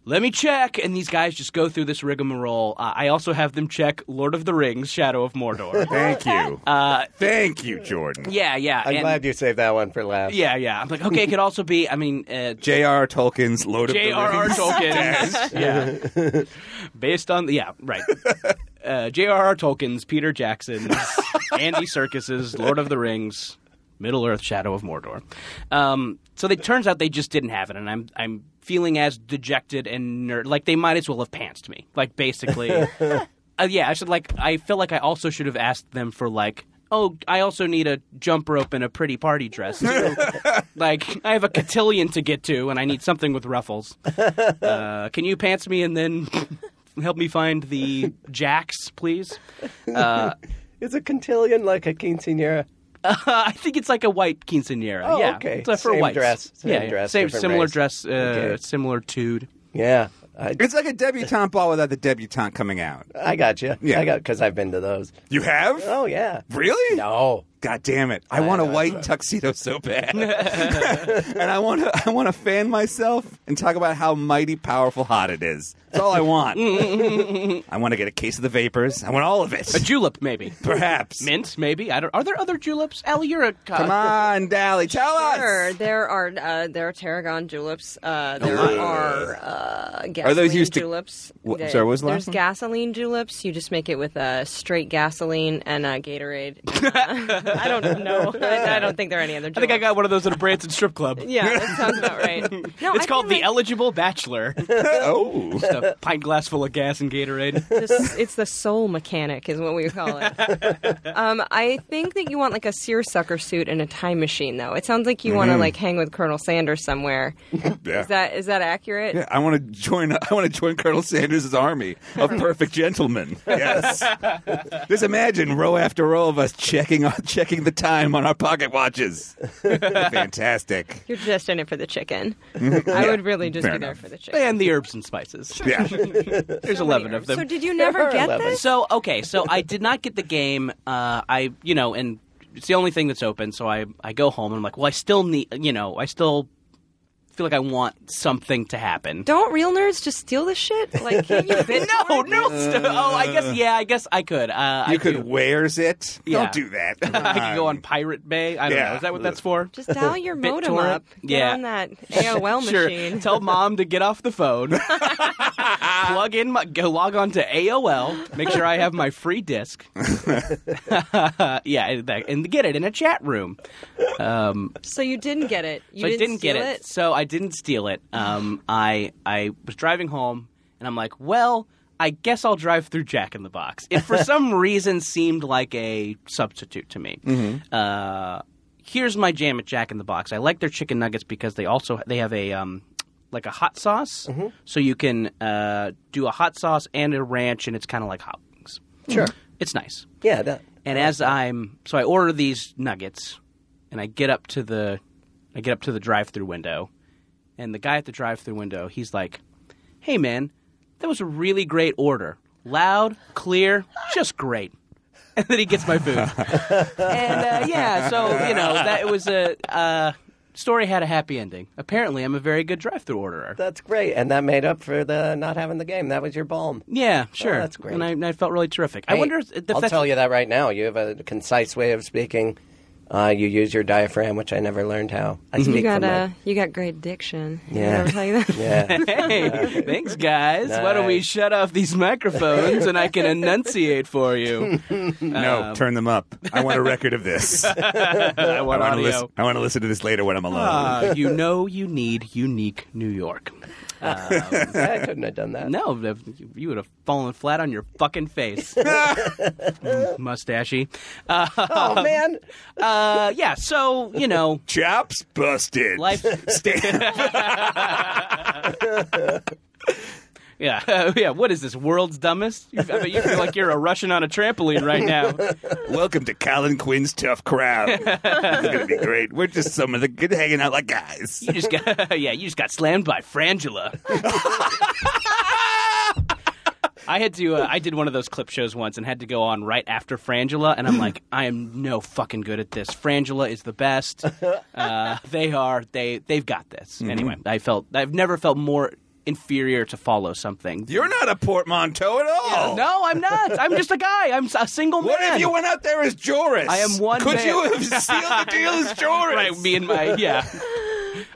Speaker 2: Let me check, and these guys just go through this rigmarole. Uh, I also have them check Lord of the Rings: Shadow of Mordor.
Speaker 5: Thank you. Thank you, Jordan.
Speaker 2: Uh, yeah, yeah,
Speaker 3: I'm
Speaker 2: and-
Speaker 3: glad you saved that one for last.
Speaker 2: Yeah, yeah. I'm like, okay, it could also be. I mean, uh,
Speaker 5: J.R. Tolkien's Lord
Speaker 2: J.R.R.
Speaker 5: of the Rings.
Speaker 2: Tolkien. yeah. Based on, yeah, right. Uh, J.R.R. Tolkien's, Peter Jackson's, Andy Serkis's Lord of the Rings, Middle Earth, Shadow of Mordor. Um, so it turns out they just didn't have it, and I'm I'm feeling as dejected and nerd like they might as well have pantsed me. Like basically, uh, yeah. I should like I feel like I also should have asked them for like. Oh, I also need a jump rope and a pretty party dress. too." like, I have a cotillion to get to, and I need something with ruffles. Uh, can you pants me and then help me find the jacks, please? Uh,
Speaker 3: Is a cotillion like a quinceanera?
Speaker 2: Uh, I think it's like a white quinceanera.
Speaker 3: Oh,
Speaker 2: yeah,
Speaker 3: okay.
Speaker 2: It's, uh, for
Speaker 3: Same
Speaker 2: whites.
Speaker 3: dress, same
Speaker 2: yeah, yeah.
Speaker 3: dress,
Speaker 2: same
Speaker 3: different
Speaker 2: similar
Speaker 3: race.
Speaker 2: dress, uh,
Speaker 3: Okay.
Speaker 2: similar tude.
Speaker 3: Yeah. I,
Speaker 5: It's like a debutante ball without the debutante coming out.
Speaker 3: I got you.
Speaker 5: Yeah.
Speaker 3: I got because I've been to those.
Speaker 5: You have?
Speaker 3: Oh yeah.
Speaker 5: Really?
Speaker 3: No.
Speaker 5: God damn it! I, want a white tuxedo so bad, and I want to. I want to fan myself and talk about how mighty powerful hot it is. That's all I want. I want to get a case of the vapors. I want all of
Speaker 2: A
Speaker 5: it,
Speaker 2: julep, maybe.
Speaker 5: perhaps.
Speaker 2: Mint, maybe. I don't. Are there other juleps? Allie, you're a
Speaker 5: Come on, Dally, tell
Speaker 4: Sure,
Speaker 5: us.
Speaker 4: there are uh, there are tarragon tulips. Uh, there
Speaker 5: Oh, my.
Speaker 4: are uh, gasoline
Speaker 5: those used to-
Speaker 4: tulips.
Speaker 5: What-
Speaker 4: There-
Speaker 5: sorry, what was the last
Speaker 4: There's
Speaker 5: one?
Speaker 4: gasoline tulips. You just make it with uh, straight gasoline and uh, Gatorade. And, uh, I don't know. I, I don't think there are any other. Jokes.
Speaker 2: I think I got one of those at a Branson strip club.
Speaker 4: Yeah, that sounds about right. No, I
Speaker 2: it's
Speaker 4: feel
Speaker 2: called the
Speaker 4: like
Speaker 2: eligible bachelor.
Speaker 5: oh,
Speaker 2: Just a pint glass full of gas and Gatorade.
Speaker 4: this- it's the soul mechanic, is what we call it. um, I think that you want like a seersucker suit and a time machine, though. It sounds like you want
Speaker 5: Mm-hmm.
Speaker 4: to like hang with Colonel Sanders somewhere.
Speaker 5: yeah.
Speaker 4: Is that is that accurate?
Speaker 5: Yeah, I want to join. I want to join Colonel Sanders' army of perfect gentlemen. Yes. Just imagine row after row of us checking on, checking the time on our pocket watches. Fantastic.
Speaker 4: You're just in it for the chicken. I would really just
Speaker 5: fair
Speaker 4: be there
Speaker 5: enough.
Speaker 4: for the chicken.
Speaker 2: and the herbs and spices.
Speaker 5: Yeah.
Speaker 2: There's 11 of them.
Speaker 4: So did you
Speaker 3: There
Speaker 4: never
Speaker 3: are
Speaker 4: get
Speaker 3: 11.
Speaker 4: this?
Speaker 2: So okay, so I did not get the game. Uh, I you know, and it's the only thing that's open. So I I go home and I'm like, well, I still need you know, I still feel like I want something to happen.
Speaker 4: Don't real nerds just steal this shit? Like, can't you bid
Speaker 2: no,
Speaker 4: for it?
Speaker 2: no. st- oh, I guess yeah. I guess I could. Uh, I
Speaker 5: You could
Speaker 2: do.
Speaker 5: wears it.
Speaker 2: Yeah.
Speaker 5: Don't do that.
Speaker 2: I could go on Pirate Bay. I don't know.
Speaker 5: Yeah.
Speaker 2: Is that what that's for?
Speaker 4: Just dial your modem
Speaker 2: BitTorrent?
Speaker 4: up. Get
Speaker 2: Yeah.
Speaker 4: on that AOL
Speaker 2: sure.
Speaker 4: machine.
Speaker 2: Tell mom to get off the phone. Plug in my go log on to AOL. Make sure I have my free disc. yeah, and that- and get it in a chat room.
Speaker 4: So you didn't get it. You
Speaker 2: so I
Speaker 4: didn't,
Speaker 2: didn't get
Speaker 4: steal
Speaker 2: it. So I didn't steal it. Um, I I was driving home, and I'm like, well, I guess I'll drive through Jack in the Box. It for some reason seemed like a substitute to me.
Speaker 4: Mm-hmm.
Speaker 2: Uh, here's my jam at Jack in the Box. I like their chicken nuggets because they also they have a um, like a hot sauce,
Speaker 4: Mm-hmm.
Speaker 2: so you can uh, do a hot sauce and a ranch, and it's kind of like hot wings.
Speaker 3: Sure.
Speaker 2: It's nice.
Speaker 3: Yeah. That,
Speaker 2: And as I'm so I order these nuggets and I get up to the I get up to the drive-through window and the guy at the drive-through window, he's like, "Hey man, that was a really great order. Loud, clear, just great." And then he gets my food. and uh, yeah, so you know, that it was a uh, story had a happy ending. Apparently, I'm a very good drive-through orderer.
Speaker 3: that's great, and that made up for the not having the game. That was your balm.
Speaker 2: Yeah, sure.
Speaker 3: Oh, that's great.
Speaker 2: And I, and I felt really terrific. I
Speaker 3: Hey,
Speaker 2: wonder if if
Speaker 3: I'll
Speaker 2: that's
Speaker 3: tell you that right now. You have a concise way of speaking. Uh, you use your diaphragm, which I never learned how. I
Speaker 4: it.
Speaker 2: Mm-hmm.
Speaker 3: speak
Speaker 4: You got
Speaker 3: from my-
Speaker 4: uh, you got great diction. Did
Speaker 3: Yeah.
Speaker 4: I ever tell you that?
Speaker 3: Yeah.
Speaker 2: hey, thanks, guys. Why don't we
Speaker 3: Nice.
Speaker 2: shut off these microphones and I can enunciate for you?
Speaker 5: No,
Speaker 2: uh,
Speaker 5: turn them up. I want a record of this. I
Speaker 2: I want
Speaker 5: want to
Speaker 2: audio.
Speaker 5: listen. I want to listen to this later when I'm alone.
Speaker 2: Ah, you know you need unique New York.
Speaker 3: I couldn't have done that.
Speaker 2: No, if- you would have fallen flat on your fucking face, Mm, mustachey.
Speaker 3: Oh man,
Speaker 2: Uh, yeah, so you know,
Speaker 5: Chops busted.
Speaker 2: Life-
Speaker 5: Stand-
Speaker 2: yeah, yeah. What is this world's dumbest? You, I bet you feel like you're a Russian on a trampoline right now.
Speaker 5: Welcome to Colin Quinn's tough crowd. it's gonna be great. We're just some of the good hanging out like guys.
Speaker 2: You just got yeah, you just got slammed by Frangela. I had to. Uh, I did one of those clip shows once and had to go on right after Frangela, and I'm like, I am no fucking good at this. Frangela is the best. Uh, they are. They they've got this.
Speaker 5: Mhm.
Speaker 2: Anyway, I felt. I've never felt more inferior to follow something.
Speaker 5: You're not a portmanteau at all.
Speaker 2: no, I'm not. I'm just a guy. I'm s- a single
Speaker 5: What
Speaker 2: man.
Speaker 5: if you went out there as Joris?
Speaker 2: I am one
Speaker 5: Could
Speaker 2: man.
Speaker 5: you have sealed the deal as Joris?
Speaker 2: Right, me and my yeah.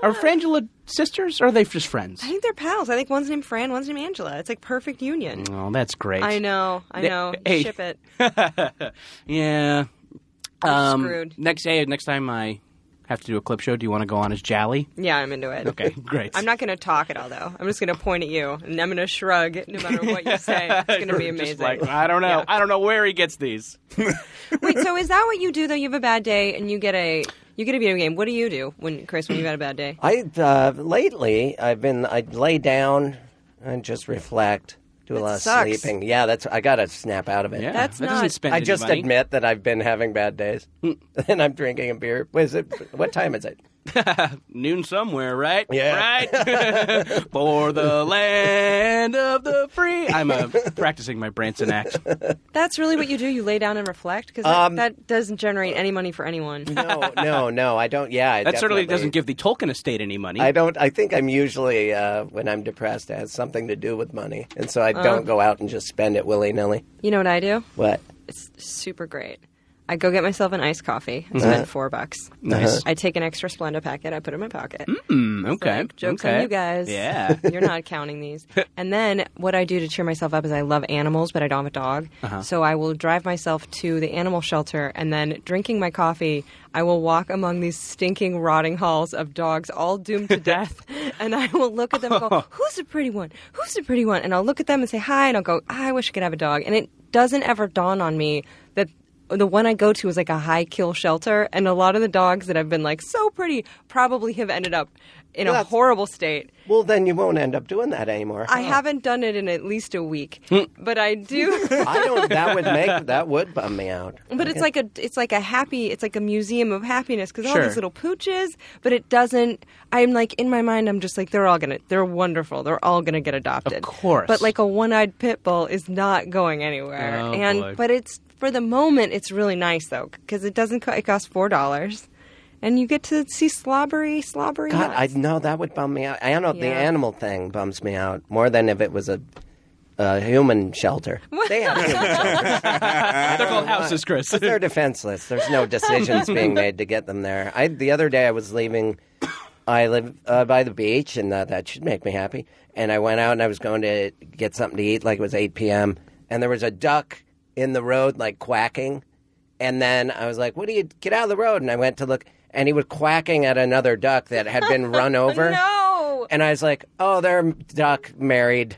Speaker 2: Are Frangela sisters? or Are they just friends?
Speaker 4: I think they're pals. I think one's named Fran, one's named Angela. It's like perfect union.
Speaker 2: Oh, that's great.
Speaker 4: I know. I
Speaker 2: They-
Speaker 4: know.
Speaker 2: hey.
Speaker 4: Ship it.
Speaker 2: Yeah. Um,
Speaker 4: screwed.
Speaker 2: Next day, next time I have to do a clip show, do you want to go on as Jally?
Speaker 4: Yeah, I'm into it.
Speaker 2: Okay, great.
Speaker 4: I'm not going to talk at all, though. I'm just going to point at you, and I'm going to shrug no matter what you say. It's going to be amazing.
Speaker 2: Just like, I don't know. I don't know where he gets these.
Speaker 4: Wait, so is that what you do? Though you have a bad day, and you get a you get a video game. What do you do when Chris when you've had a bad day?
Speaker 3: I uh, lately I've been I lay down and just reflect, do a lot of
Speaker 4: sucks.
Speaker 3: sleeping. Yeah, that's I gotta snap out of it.
Speaker 2: Yeah,
Speaker 4: That's
Speaker 2: that
Speaker 4: not-
Speaker 2: doesn't spend
Speaker 3: I
Speaker 2: any
Speaker 3: just
Speaker 2: money. Hmm.
Speaker 3: admit that I've been having bad days, and I'm drinking a beer. What Is it? What time is it?
Speaker 2: Noon somewhere, right?
Speaker 3: Yeah.
Speaker 2: Right? For the land of the free. I'm uh, practicing my Branson act.
Speaker 4: That's really what you do. You lay down and reflect because that, that doesn't generate any money for anyone.
Speaker 3: No, no, no. I don't. Yeah, I
Speaker 2: That certainly
Speaker 3: definitely-
Speaker 2: doesn't give the Tolkien estate any money.
Speaker 3: I don't. I think I'm usually uh, when I'm depressed, it has something to do with money, and so I don't go out and just spend it willy nilly.
Speaker 4: You know what I do?
Speaker 3: What?
Speaker 4: It's super great. I go get myself an iced coffee. I spent four bucks.
Speaker 2: Nice.
Speaker 4: I take an extra Splenda packet. I put it in my pocket.
Speaker 2: Mm, Okay.
Speaker 4: Like, jokes
Speaker 2: okay.
Speaker 4: on you guys.
Speaker 2: Yeah.
Speaker 4: You're not counting these. And then what I do to cheer myself up is I love animals, but I don't have a dog. So I will drive myself to the animal shelter and then drinking my coffee, I will walk among these stinking, rotting halls of dogs all doomed to death. and I will look at them and go, Who's the pretty one? Who's the pretty one? And I'll look at them and say hi and I'll go, "Ah, I wish I could have a dog. And it doesn't ever dawn on me that the one I go to is like a high kill shelter, and a lot of the dogs that have been like so pretty probably have ended up in a
Speaker 3: That's-
Speaker 4: horrible state.
Speaker 3: Well, then you won't end up doing that anymore.
Speaker 4: I haven't done it in at least a week,
Speaker 3: Hmm.
Speaker 4: but I do.
Speaker 3: I don't. That would make that would bum me out.
Speaker 4: But it's like a it's like a happy it's like a museum of happiness because all
Speaker 2: Sure.
Speaker 4: these little pooches. But it doesn't. I'm like in my mind, I'm just like they're all gonna they're wonderful. They're all gonna get adopted,
Speaker 2: course.
Speaker 4: But like a one-eyed pit bull is not going anywhere.
Speaker 2: Oh,
Speaker 4: and
Speaker 2: boy.
Speaker 4: but it's for the moment, it's really nice though because it doesn't co- it costs four dollars, and you get to see slobbery slobbery.
Speaker 3: God, I
Speaker 4: nuts.
Speaker 3: know that would bum me out. I don't know. The
Speaker 4: Yeah.
Speaker 3: animal thing bums me out more than if it was a, a human shelter. They have human shelters.
Speaker 2: They're called houses, Chris.
Speaker 3: They're defenseless. There's no decisions being made to get them there. I the other day I was leaving. I live uh, by the beach, and uh, that should make me happy. And I went out and I was going to get something to eat, like it was 8 p.m. And there was a duck in the road, like quacking. And then I was like, "What do you get out of the road?" And I went to look, and he was quacking at another duck that had been run over.
Speaker 4: no.
Speaker 3: And I was like, oh, they're duck married.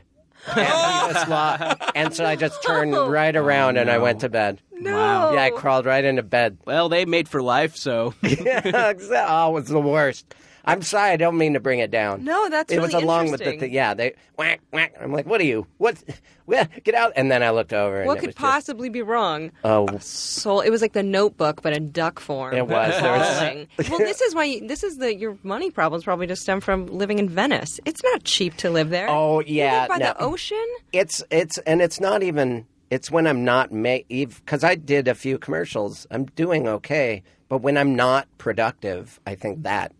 Speaker 3: And, he just lo- and so I just turned right around and I went to bed.
Speaker 4: No.
Speaker 2: Wow.
Speaker 3: Yeah,
Speaker 4: Oh.
Speaker 3: I crawled right into bed.
Speaker 2: well, they made for life, so
Speaker 3: oh, it was the worst. I'm sorry, I don't mean to bring it down.
Speaker 4: No, that's
Speaker 3: it was
Speaker 4: really
Speaker 3: along with the
Speaker 4: interesting.
Speaker 3: thing. Yeah, they whack whack. I'm like, what are you? What? Well, get out! And then I looked over. and
Speaker 4: What
Speaker 3: it
Speaker 4: could
Speaker 3: was just-
Speaker 4: possibly be wrong?
Speaker 3: oh,
Speaker 4: soul. It was like the Notebook, but in duck form.
Speaker 3: It was. There was-
Speaker 4: Appalling. well, this is why. You, this is the your money problems probably just stem from living in Venice. It's not cheap to live there.
Speaker 3: Oh,
Speaker 4: you
Speaker 3: yeah,
Speaker 4: live by the
Speaker 3: no.
Speaker 4: ocean.
Speaker 3: it's it's and it's not even it's when I'm not because I did a few commercials. I'm doing okay, but when I'm not productive, I think that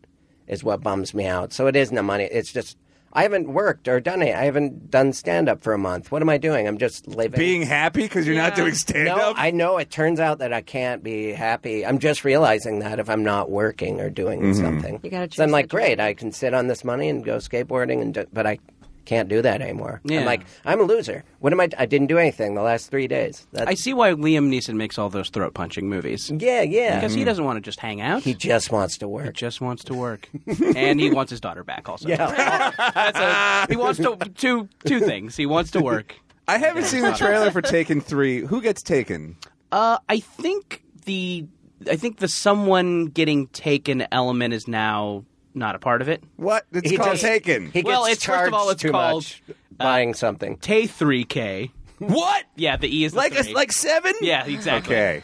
Speaker 3: is what bums me out. So it isn't the money. It's just I haven't worked or done it. I haven't done stand up for a month. What am I doing? I'm just living.
Speaker 5: Being happy because you're not
Speaker 4: Yeah.
Speaker 5: doing stand
Speaker 3: no,
Speaker 5: up.
Speaker 3: I know. It turns out that I can't be happy. I'm just realizing that if I'm not working or doing
Speaker 2: Mm-hmm.
Speaker 3: something,
Speaker 4: You gotta
Speaker 3: So I'm
Speaker 4: choose
Speaker 3: like,
Speaker 4: what you
Speaker 3: great. I can sit on this money and go skateboarding, and do, but I can't do that anymore.
Speaker 2: Yeah.
Speaker 3: I'm like, I'm a loser. What am I? I didn't do anything the last three days. That's,
Speaker 2: I see why Liam Neeson makes all those throat punching movies
Speaker 3: yeah, yeah.
Speaker 2: because Um, he doesn't want to just hang out.
Speaker 3: he just wants to work.
Speaker 2: just wants to work, and he wants his daughter back. Also,
Speaker 3: yeah.
Speaker 2: That's a- he wants to two two things. He wants to work.
Speaker 5: I haven't seen the trailer for Taken Three. Who gets taken?
Speaker 2: Uh, I think the I think the someone getting taken element is now not a part of it.
Speaker 5: What? It's
Speaker 3: He
Speaker 5: called
Speaker 3: just-
Speaker 5: Taken.
Speaker 3: He
Speaker 2: Well,
Speaker 3: gets
Speaker 2: it's- first of all,
Speaker 3: charged
Speaker 2: it's
Speaker 3: too
Speaker 2: called, uh,
Speaker 3: much buying something.
Speaker 2: Tay three K.
Speaker 5: what?
Speaker 2: Yeah, the E is the
Speaker 5: Like a,
Speaker 2: three.
Speaker 5: like seven?
Speaker 2: yeah, exactly.
Speaker 5: Okay.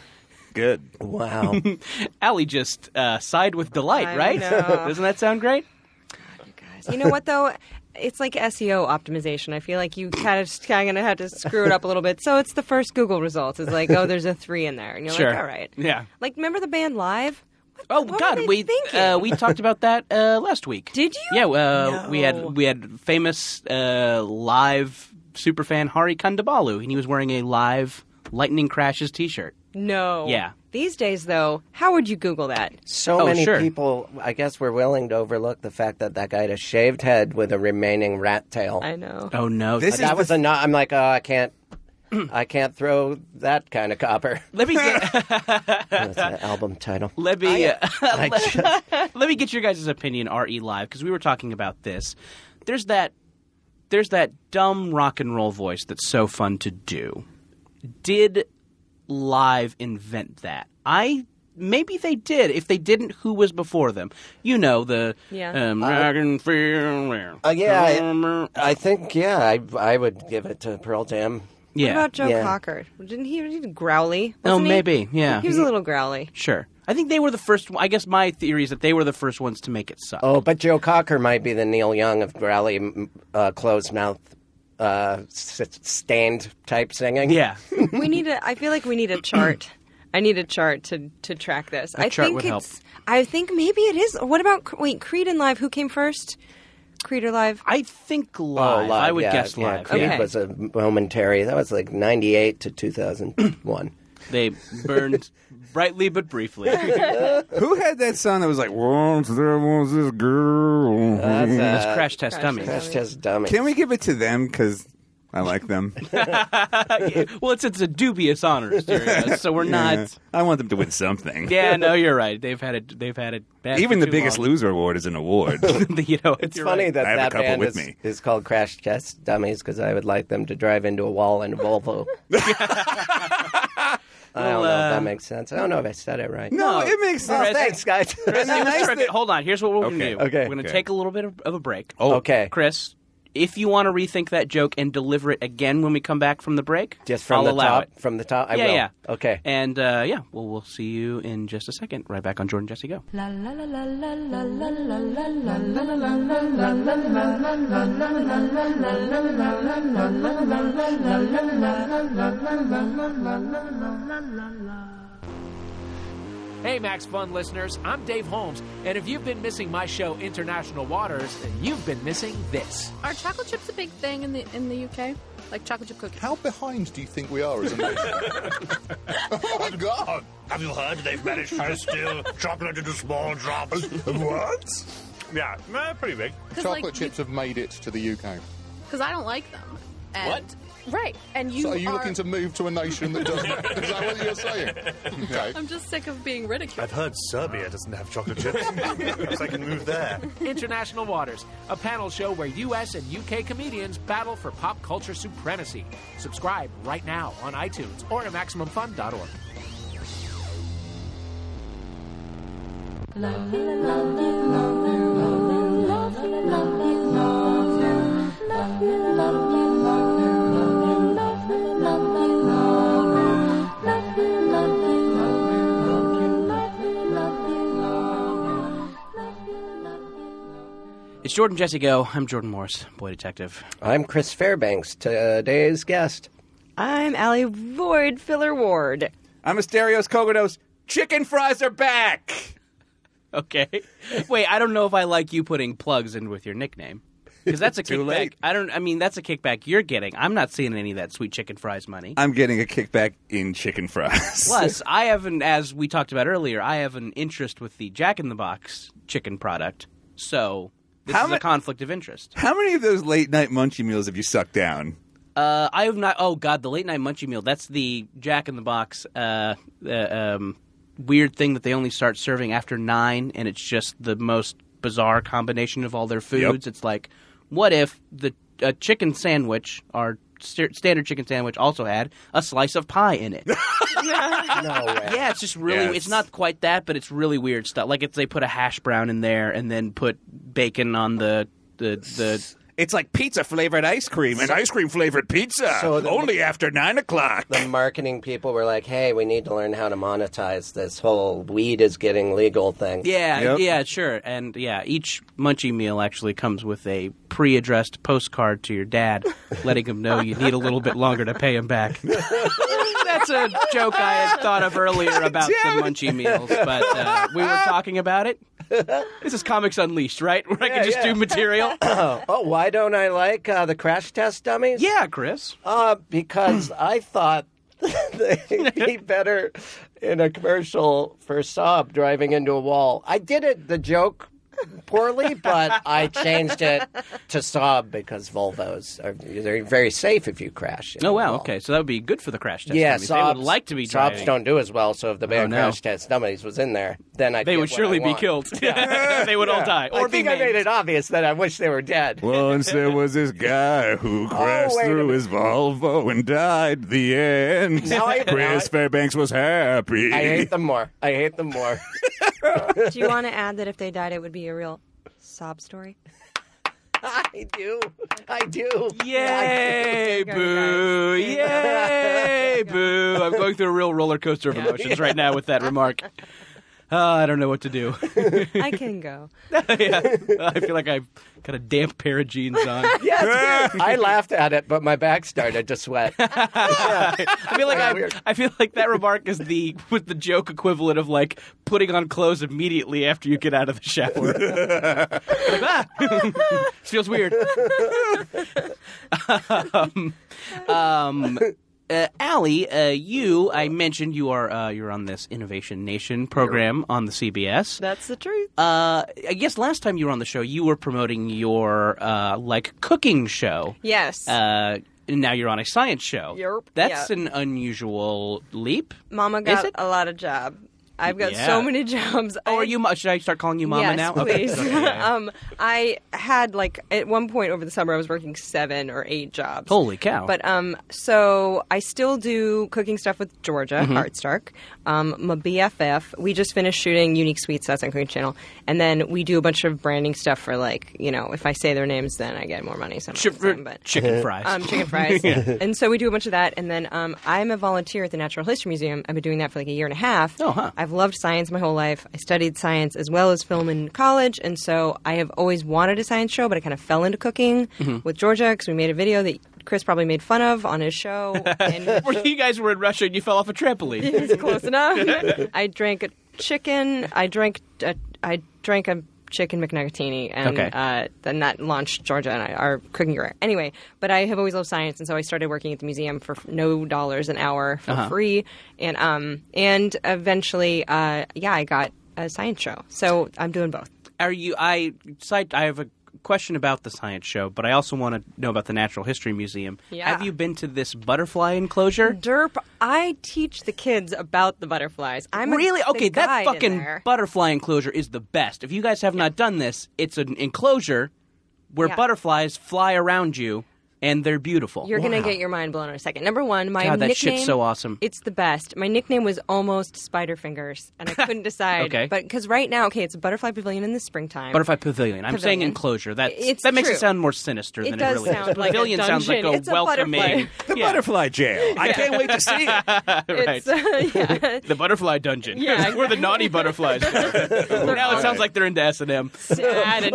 Speaker 5: Good.
Speaker 3: Wow.
Speaker 2: Allie just uh, sighed with delight,
Speaker 4: I
Speaker 2: right?
Speaker 4: know.
Speaker 2: Doesn't that sound great?
Speaker 4: You know what though? It's like SEO optimization. I feel like you kind of kind of had to screw it up a little bit. So it's the first Google results. It's like, oh, there's a three in there, and you're
Speaker 2: Sure.
Speaker 4: like, all right,
Speaker 2: Yeah.
Speaker 4: Like, remember the band Live? What-
Speaker 2: Oh
Speaker 4: what were
Speaker 2: God,
Speaker 4: they
Speaker 2: we
Speaker 4: thinking?
Speaker 2: uh, we talked about that uh, last week.
Speaker 4: Did you?
Speaker 2: Yeah, uh,
Speaker 4: No.
Speaker 2: we had we had famous uh, live superfan Hari Kondabolu, and he was wearing a live Lightning Crashes T-shirt.
Speaker 4: no,
Speaker 2: Yeah.
Speaker 4: These days, though, how would you Google that?
Speaker 3: So
Speaker 2: Oh,
Speaker 3: many
Speaker 2: sure.
Speaker 3: people, I guess, were willing to overlook the fact that that guy had a shaved head with a remaining rat tail.
Speaker 4: I know.
Speaker 2: Oh no,
Speaker 5: This
Speaker 3: that
Speaker 5: is
Speaker 3: was
Speaker 5: the-
Speaker 3: a no I'm like, oh, I can't, I can't throw that kind of copper.
Speaker 2: let me get
Speaker 3: That's an album title.
Speaker 2: let me uh,
Speaker 3: I just,
Speaker 2: let me get your guys' opinion. Re live because we were talking about this. There's that there's that dumb rock and roll voice that's so fun to do. Did live invent that? I maybe they did. If they didn't, who was before them? You know the
Speaker 4: Yeah.
Speaker 2: Um, I can feel
Speaker 3: uh, yeah, I, I think yeah, I I would give it to Pearl Jam.
Speaker 2: yeah.
Speaker 4: What about Joe
Speaker 3: Yeah.
Speaker 4: Cocker? Didn't he, he was growly?
Speaker 2: Oh,
Speaker 4: wasn't he?
Speaker 2: maybe, yeah.
Speaker 4: He was a little growly.
Speaker 2: sure. I think they were the first. I guess my theory is that they were the first ones to make it suck.
Speaker 3: Oh, but Joe Cocker might be the Neil Young of growly, m- uh, closed mouth, uh, s- stained type singing.
Speaker 2: yeah.
Speaker 4: we need a. I feel like we need a chart. I need a chart to to track this. I
Speaker 2: chart
Speaker 4: think
Speaker 2: would help.
Speaker 4: it's. I think maybe it is. What about wait Creed and Live? Who came first? Creed or Live?
Speaker 2: I think
Speaker 3: Oh,
Speaker 2: live. I would guess live.
Speaker 3: Creed
Speaker 4: Okay.
Speaker 3: was a momentary. That was like '98 to 2001.
Speaker 2: They burned brightly but briefly.
Speaker 5: Who had that song that was like, once there was this girl?
Speaker 3: That's, uh,
Speaker 2: Crash test
Speaker 4: Crash
Speaker 2: dummy.
Speaker 3: That's just dummy.
Speaker 5: Can we give it to them? Because I like them.
Speaker 2: well, it's it's a dubious honors, Stereo, so we're
Speaker 5: Yeah.
Speaker 2: not.
Speaker 5: I want them to win something.
Speaker 2: Yeah, no, you're right. They've had it. They've had it. Bad
Speaker 5: Even the
Speaker 2: for too
Speaker 5: biggest
Speaker 2: long.
Speaker 5: loser award is an award.
Speaker 2: you know, it's
Speaker 3: It's funny that
Speaker 5: I have a
Speaker 3: that
Speaker 5: couple
Speaker 3: band
Speaker 5: with
Speaker 3: is,
Speaker 5: me.
Speaker 3: is called Crash Test Dummies because I would like them to drive into a wall in a Volvo. I don't know if that makes sense. I don't know if I said it right.
Speaker 5: no,
Speaker 2: uh, No.
Speaker 5: it makes sense.
Speaker 3: Oh, thanks, guys.
Speaker 2: Let's try- Hold on. Here's what we're
Speaker 5: Okay.
Speaker 2: going to do.
Speaker 3: Okay.
Speaker 2: We're going to
Speaker 5: Okay.
Speaker 2: take a little bit of, of a break.
Speaker 5: Oh,
Speaker 3: okay.
Speaker 2: Chris, if you want to rethink that joke and deliver it again when we come back from the break,
Speaker 3: Just from
Speaker 2: I'll
Speaker 3: the
Speaker 2: allow
Speaker 3: top.
Speaker 2: it.
Speaker 3: From the top. I
Speaker 2: yeah,
Speaker 3: will.
Speaker 2: yeah.
Speaker 3: Okay.
Speaker 2: And uh, yeah, well, we'll see you in just a second. Right back on Jordan Jesse Go.
Speaker 1: La la la la la la la la la la
Speaker 6: Hey, Max Fun listeners, I'm Dave Holmes, and if you've been missing my show, International Waters, then you've been missing this.
Speaker 7: Are chocolate chips a big thing in the in the UK? Like chocolate chip cookies?
Speaker 8: How behind do you think we are as a nation? oh my god! Have you heard they've managed to distill chocolate into small drops? what?
Speaker 9: Yeah, no, pretty big.
Speaker 8: Chocolate chips have made it to the UK.
Speaker 7: Because I don't like them. And, what? Right. And you
Speaker 8: so are you looking to
Speaker 7: are-
Speaker 8: move to a nation that doesn't? Is that what you're saying? Okay.
Speaker 7: I'm just sick of being ridiculed.
Speaker 9: I've heard Serbia doesn't have chocolate chips. Perhaps I can move there.
Speaker 6: International Waters, a panel show where US and UK comedians battle for pop culture supremacy. Subscribe right now on iTunes or at MaximumFun.org.
Speaker 2: It's Jordan Jesse Go. I'm Jordan Morris, boy detective.
Speaker 3: I'm Chris Fairbanks, today's guest.
Speaker 4: I'm Allie Ward, filler Ward.
Speaker 5: I'm Asterios Kogodos. Chicken fries are back.
Speaker 2: Okay. Wait, I don't know if I like you putting plugs in with your nickname. Because that's a
Speaker 5: Too
Speaker 2: kickback.
Speaker 5: late.
Speaker 2: I don't. I mean, that's a kickback you're getting. I'm not seeing any of that sweet chicken fries money.
Speaker 5: I'm getting a kickback in chicken fries.
Speaker 2: Plus, I have an, as we talked about earlier, I have an interest with the Jack in the Box chicken product. So this
Speaker 5: How
Speaker 2: is
Speaker 5: ma-
Speaker 2: a conflict of interest.
Speaker 5: How many of those late night munchie meals have you sucked down?
Speaker 2: Uh, I have not. Oh God, the late night munchie meal. That's the Jack in the Box uh, uh, um, weird thing that they only start serving after nine, and it's just the most bizarre combination of all their foods. It's like, what if the a chicken sandwich, our st- standard chicken sandwich, also had a slice of pie in it?
Speaker 3: No way.
Speaker 2: Yeah, it's just really.
Speaker 5: Yes.
Speaker 2: It's not quite that, but it's really weird stuff. Like if they put a hash brown in there and then put bacon on the the the.
Speaker 5: It's like pizza flavored ice cream and ice cream flavored pizza.
Speaker 3: So the-
Speaker 5: only after nine o'clock.
Speaker 3: The marketing people were like, hey, we need to learn how to monetize this whole weed is getting legal thing.
Speaker 2: Yeah,
Speaker 5: Yep.
Speaker 2: yeah, sure, and yeah. Each munchie meal actually comes with a pre-addressed postcard to your dad, letting him know you need a little bit longer to pay him back. That's a joke I had thought of earlier about the
Speaker 5: damn it.
Speaker 2: munchie meals, but uh, we were talking about it. This is Comics Unleashed, right? Where I can just do material.
Speaker 3: Oh, why don't I like uh, the crash test dummies?
Speaker 2: yeah, Chris. Oh,
Speaker 3: Uh, because I thought they'd be better in a commercial for Saab driving into a wall. I did it, the joke, poorly, but I changed it to Saab because Volvos are they're very safe if you crash. into
Speaker 2: Oh
Speaker 3: a
Speaker 2: wow!
Speaker 3: wall.
Speaker 2: Okay, so that would be good for the crash test.
Speaker 3: Yeah,
Speaker 2: dummies. they would
Speaker 3: Saabs-
Speaker 2: like to be
Speaker 3: Saabs
Speaker 2: driving. Oh,
Speaker 3: don't do as well. So if the band
Speaker 2: no.
Speaker 3: crash test dummies was in there, then I
Speaker 2: They would surely be killed. they would all die, or
Speaker 3: I think
Speaker 2: be
Speaker 3: I made
Speaker 2: maimed.
Speaker 3: it obvious that I wish they were dead.
Speaker 5: Once there was this guy who crashed
Speaker 3: wait a
Speaker 5: through
Speaker 3: minute.
Speaker 5: his Volvo and died. The end.
Speaker 3: Now I-
Speaker 5: Chris Fairbanks was happy.
Speaker 3: I hate them more. I hate them more.
Speaker 4: Do you want to add that if they died, it would be a real sob story?
Speaker 3: I do. I do.
Speaker 2: Yay,
Speaker 4: go,
Speaker 2: boo!
Speaker 4: guys.
Speaker 2: Yay, boo! I'm going through a real roller coaster of emotions right now with that remark. Uh, I don't know what to do.
Speaker 4: I can go.
Speaker 2: yeah. I feel like I've got a damp pair of jeans on.
Speaker 3: Yes, I laughed at it, but my back started to sweat.
Speaker 2: I feel like I,
Speaker 3: Weird.
Speaker 2: I feel like that remark is the with the joke equivalent of like putting on clothes immediately after you get out of the shower. Like, ah! feels weird. um, um, uh, Allie, uh, you, I mentioned you are uh, you're on this Innovation Nation program on the CBS.
Speaker 4: That's the truth.
Speaker 2: Uh, I guess last time you were on the show, you were promoting your uh, like cooking show.
Speaker 4: yes.
Speaker 2: Uh, and now you're on a science show.
Speaker 4: Yerp.
Speaker 2: That's
Speaker 4: Yeah.
Speaker 2: an unusual leap.
Speaker 4: Mama
Speaker 2: is
Speaker 4: got
Speaker 2: it-
Speaker 4: a lot of job. I've got
Speaker 2: Yeah.
Speaker 4: so many jobs.
Speaker 2: Oh,
Speaker 4: I-
Speaker 2: are you? ma- Should I start calling you Mama
Speaker 4: yes,
Speaker 2: now?
Speaker 4: Please.
Speaker 2: Okay. Okay.
Speaker 4: um, I had like at one point over the summer I was working seven or eight jobs.
Speaker 2: Holy cow!
Speaker 4: But um, so I still do cooking stuff with Georgia
Speaker 2: Mm-hmm.
Speaker 4: Art Stark, um, my BFF. We just finished shooting Unique Sweets. That's on Cooking Channel, and then we do a bunch of branding stuff for like you know if I say their names, then I get more money. Sometimes,
Speaker 2: Chi-
Speaker 4: some, but
Speaker 2: chicken fries.
Speaker 4: um, chicken fries. And so we do a bunch of that. And then um, I'm a volunteer at the Natural History Museum. I've been doing that for like a year and a half.
Speaker 2: Oh, huh.
Speaker 4: I've loved science my whole life. I studied science as well as film in college. And so I have always wanted a science show, but I kind of fell into cooking
Speaker 2: Mm-hmm.
Speaker 4: with Georgia because we made a video that Chris probably made fun of on his show. And
Speaker 2: Or you guys were in Russia and you fell off a trampoline.
Speaker 4: It's close enough. I drank a chicken. I drank. A, I drank a chicken McNuggetini, and
Speaker 2: Okay.
Speaker 4: uh, then that launched Georgia and I our cooking career. Anyway, but I have always loved science, and so I started working at the museum for f- no dollars an hour for
Speaker 2: Uh-huh.
Speaker 4: free, and um, and eventually, uh, yeah, I got a science show. So I'm doing both.
Speaker 2: Are you? I side. I have a question about the science show, but I also want to know about the Natural History Museum.
Speaker 4: Yeah.
Speaker 2: Have you been to this butterfly enclosure?
Speaker 4: Derp, I teach the kids about the butterflies. I'm a-
Speaker 2: really
Speaker 4: the
Speaker 2: okay. That
Speaker 4: guide in
Speaker 2: fucking
Speaker 4: there.
Speaker 2: butterfly enclosure is the best. If you guys have not done this, it's an enclosure where
Speaker 4: Yeah.
Speaker 2: butterflies fly around you, and they're beautiful.
Speaker 4: You're gonna get your mind blown in a second. Number one, my
Speaker 2: God, that shit's
Speaker 4: nickname,
Speaker 2: so awesome.
Speaker 4: It's the best. My nickname was almost Spider Fingers, and I couldn't decide.
Speaker 2: Okay.
Speaker 4: but because right now, okay, it's a butterfly pavilion in the springtime.
Speaker 2: Butterfly pavilion. I'm saying
Speaker 4: Pavilion.
Speaker 2: enclosure. That
Speaker 4: It's
Speaker 2: that makes
Speaker 4: true.
Speaker 2: it sound more sinister
Speaker 4: It
Speaker 2: than
Speaker 4: does
Speaker 2: it really
Speaker 4: sound
Speaker 2: is.
Speaker 4: like a
Speaker 2: pavilion sounds like
Speaker 4: dungeon.
Speaker 2: a
Speaker 4: It's a
Speaker 2: welcoming.
Speaker 5: The butterfly jail. I can't wait to see it.
Speaker 4: It's, yeah.
Speaker 2: The butterfly dungeon.
Speaker 4: Yeah,
Speaker 2: we're the naughty butterflies. now it sounds like they're into S and M.
Speaker 4: sad and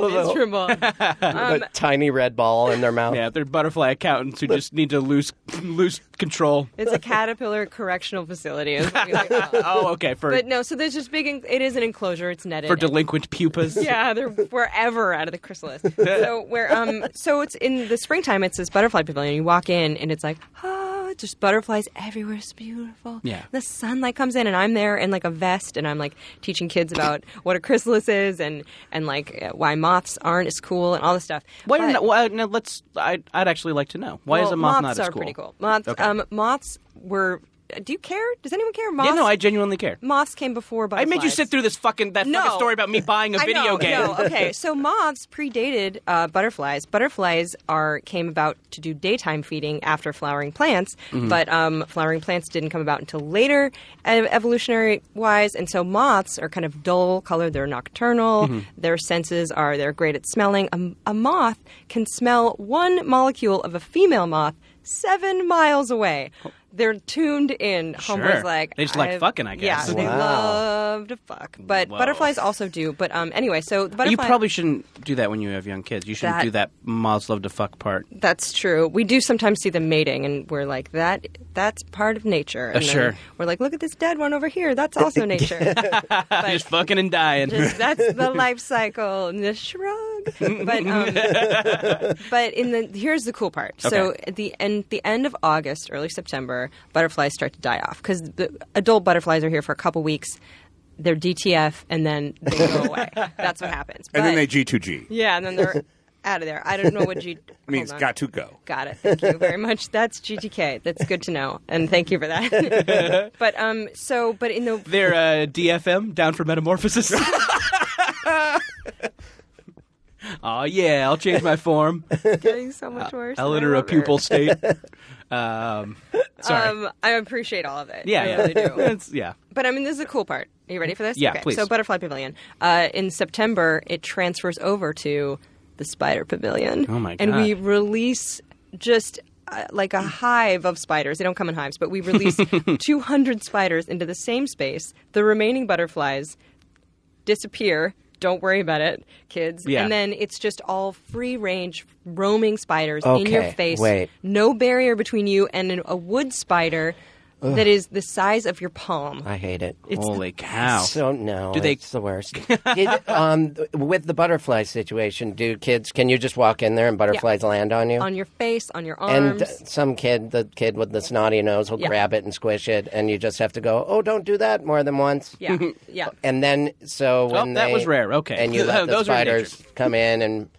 Speaker 4: miserable.
Speaker 3: a tiny red ball in their mouth.
Speaker 2: Yeah, they're butterfly accountants who just need to lose lose control.
Speaker 4: It's a caterpillar correctional facility. is what we like to call it.
Speaker 2: Oh, okay. For
Speaker 4: But no, so there's just big. en- It is an enclosure. It's netted.
Speaker 2: for
Speaker 4: and-
Speaker 2: delinquent pupas.
Speaker 4: yeah, they're forever out of the chrysalis. so where um so it's in the springtime it's this butterfly pavilion. You walk in and it's like, oh, it's just butterflies everywhere. It's beautiful.
Speaker 2: Yeah.
Speaker 4: The sunlight comes in and I'm there in like a vest and I'm like teaching kids about what a chrysalis is and and like uh, why moths aren't as cool and all this stuff.
Speaker 2: Why are
Speaker 4: But-
Speaker 2: not? Why, now let's. I, I'd actually like to know. Why is
Speaker 4: well,
Speaker 2: a moth
Speaker 4: moths
Speaker 2: not as
Speaker 4: are
Speaker 2: cool?
Speaker 4: pretty cool. Moths um moths were do you care? Does anyone care? Moths
Speaker 2: Yeah, no, I genuinely care.
Speaker 4: moths came before
Speaker 2: I
Speaker 4: butterflies.
Speaker 2: made you sit through this fucking that
Speaker 4: No.
Speaker 2: fucking story about me buying a
Speaker 4: I
Speaker 2: video
Speaker 4: know,
Speaker 2: game.
Speaker 4: No, okay, so moths predated uh, butterflies. Butterflies are came about to do daytime feeding after flowering plants,
Speaker 2: Mm-hmm.
Speaker 4: but um, flowering plants didn't come about until later, ev- evolutionary wise. And so moths are kind of dull colored. They're nocturnal.
Speaker 2: Mm-hmm.
Speaker 4: Their senses are they're great at smelling. A, a moth can smell one molecule of a female moth seven miles away. They're tuned in. Homeboy's like
Speaker 2: Oh. They just like
Speaker 4: I've-
Speaker 2: fucking, I guess.
Speaker 4: Yeah, they
Speaker 3: Wow.
Speaker 4: love to fuck. But
Speaker 2: Whoa.
Speaker 4: butterflies also do. But um, anyway, so the butterfly.
Speaker 2: You probably shouldn't do that when you have young kids. You shouldn't
Speaker 4: That-
Speaker 2: do that moths love to fuck part.
Speaker 4: That's true. We do sometimes see them mating, and we're like, that. That's part of nature. And then
Speaker 2: Uh, sure.
Speaker 4: We're like, look at this dead one over here. That's also nature. But
Speaker 2: Just fucking and dying.
Speaker 4: just- that's the life cycle. And just shrug. But um, but in the here's the cool part. So
Speaker 2: Okay.
Speaker 4: at the end the end of August, early September, butterflies start to die off because the adult butterflies are here for a couple weeks. They're DTF, and then they go away. That's what happens.
Speaker 5: And then
Speaker 4: But-
Speaker 5: they G2G.
Speaker 4: yeah, and then they're out of there. I don't know what G
Speaker 5: means
Speaker 4: hold on.
Speaker 5: got to go.
Speaker 4: Got it. Thank you very much. That's GTK. That's good to know, and thank you for that. but um, so but in the
Speaker 2: They're uh, DFM, down for metamorphosis. oh yeah, I'll change my form.
Speaker 4: getting so much worse.
Speaker 2: I'll
Speaker 4: and I
Speaker 2: enter a
Speaker 4: love it.
Speaker 2: pupil state. Um, sorry.
Speaker 4: Um, I appreciate all of it.
Speaker 2: yeah,
Speaker 4: I
Speaker 2: yeah.
Speaker 4: really do.
Speaker 2: It's- yeah.
Speaker 4: But I mean, this is a cool part. Are you ready for this?
Speaker 2: Yeah,
Speaker 4: okay.
Speaker 2: please.
Speaker 4: So Butterfly Pavilion. Uh, in September, it transfers over to the Spider Pavilion.
Speaker 2: Oh, my
Speaker 4: And
Speaker 2: God.
Speaker 4: we release just. Uh, like a hive of spiders. They don't come in hives, but we release 200 spiders into the same space. The remaining butterflies disappear. Don't worry about it, kids.
Speaker 2: Yeah.
Speaker 4: And then it's just all free range roaming spiders in your
Speaker 3: Okay,
Speaker 4: face.
Speaker 3: wait.
Speaker 4: No barrier between you and an, a wood spider that is the size of your palm.
Speaker 3: I hate it.
Speaker 4: It's
Speaker 2: Holy cow!
Speaker 3: So no,
Speaker 2: Do they-
Speaker 3: it's the worst. Did, um, with the butterfly situation, do kids can you just walk in there and butterflies land on you?
Speaker 4: on your face, on your
Speaker 3: and
Speaker 4: arms.
Speaker 3: uh, some kid, the kid with the snotty nose, will
Speaker 4: Yeah.
Speaker 3: grab it and squish it, and you just have to go, "Oh, don't do that!" more than once.
Speaker 4: yeah, yeah.
Speaker 3: And then, so
Speaker 2: Mm-hmm. Oh,
Speaker 3: when
Speaker 2: that
Speaker 3: they-
Speaker 2: was rare. Okay.
Speaker 3: and you let the
Speaker 2: Those are endangered.
Speaker 3: spiders come in and,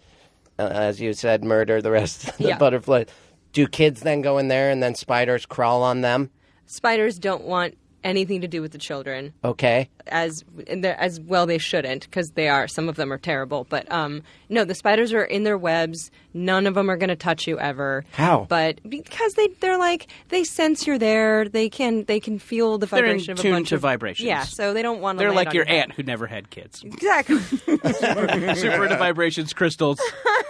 Speaker 3: uh, as you said, murder the rest of the
Speaker 4: Yeah.
Speaker 3: butterflies. Do kids then go in there and then spiders crawl on them?
Speaker 4: Spiders don't want anything to do with the children.
Speaker 3: Okay,
Speaker 4: as and they're- as well they shouldn't because they are some of them are terrible but um no the spiders are in their webs none of them are going to touch you ever
Speaker 3: How?
Speaker 4: but because they they're like they sense you're there they can they can feel the
Speaker 2: They're in
Speaker 4: vibration of
Speaker 2: tune
Speaker 4: a bunch
Speaker 2: to
Speaker 4: of
Speaker 2: vibrations.
Speaker 4: yeah so they don't want to
Speaker 2: They're
Speaker 4: land
Speaker 2: like
Speaker 4: on
Speaker 2: your
Speaker 4: your head.
Speaker 2: aunt who never had kids.
Speaker 4: exactly
Speaker 2: Super into vibrations, crystals.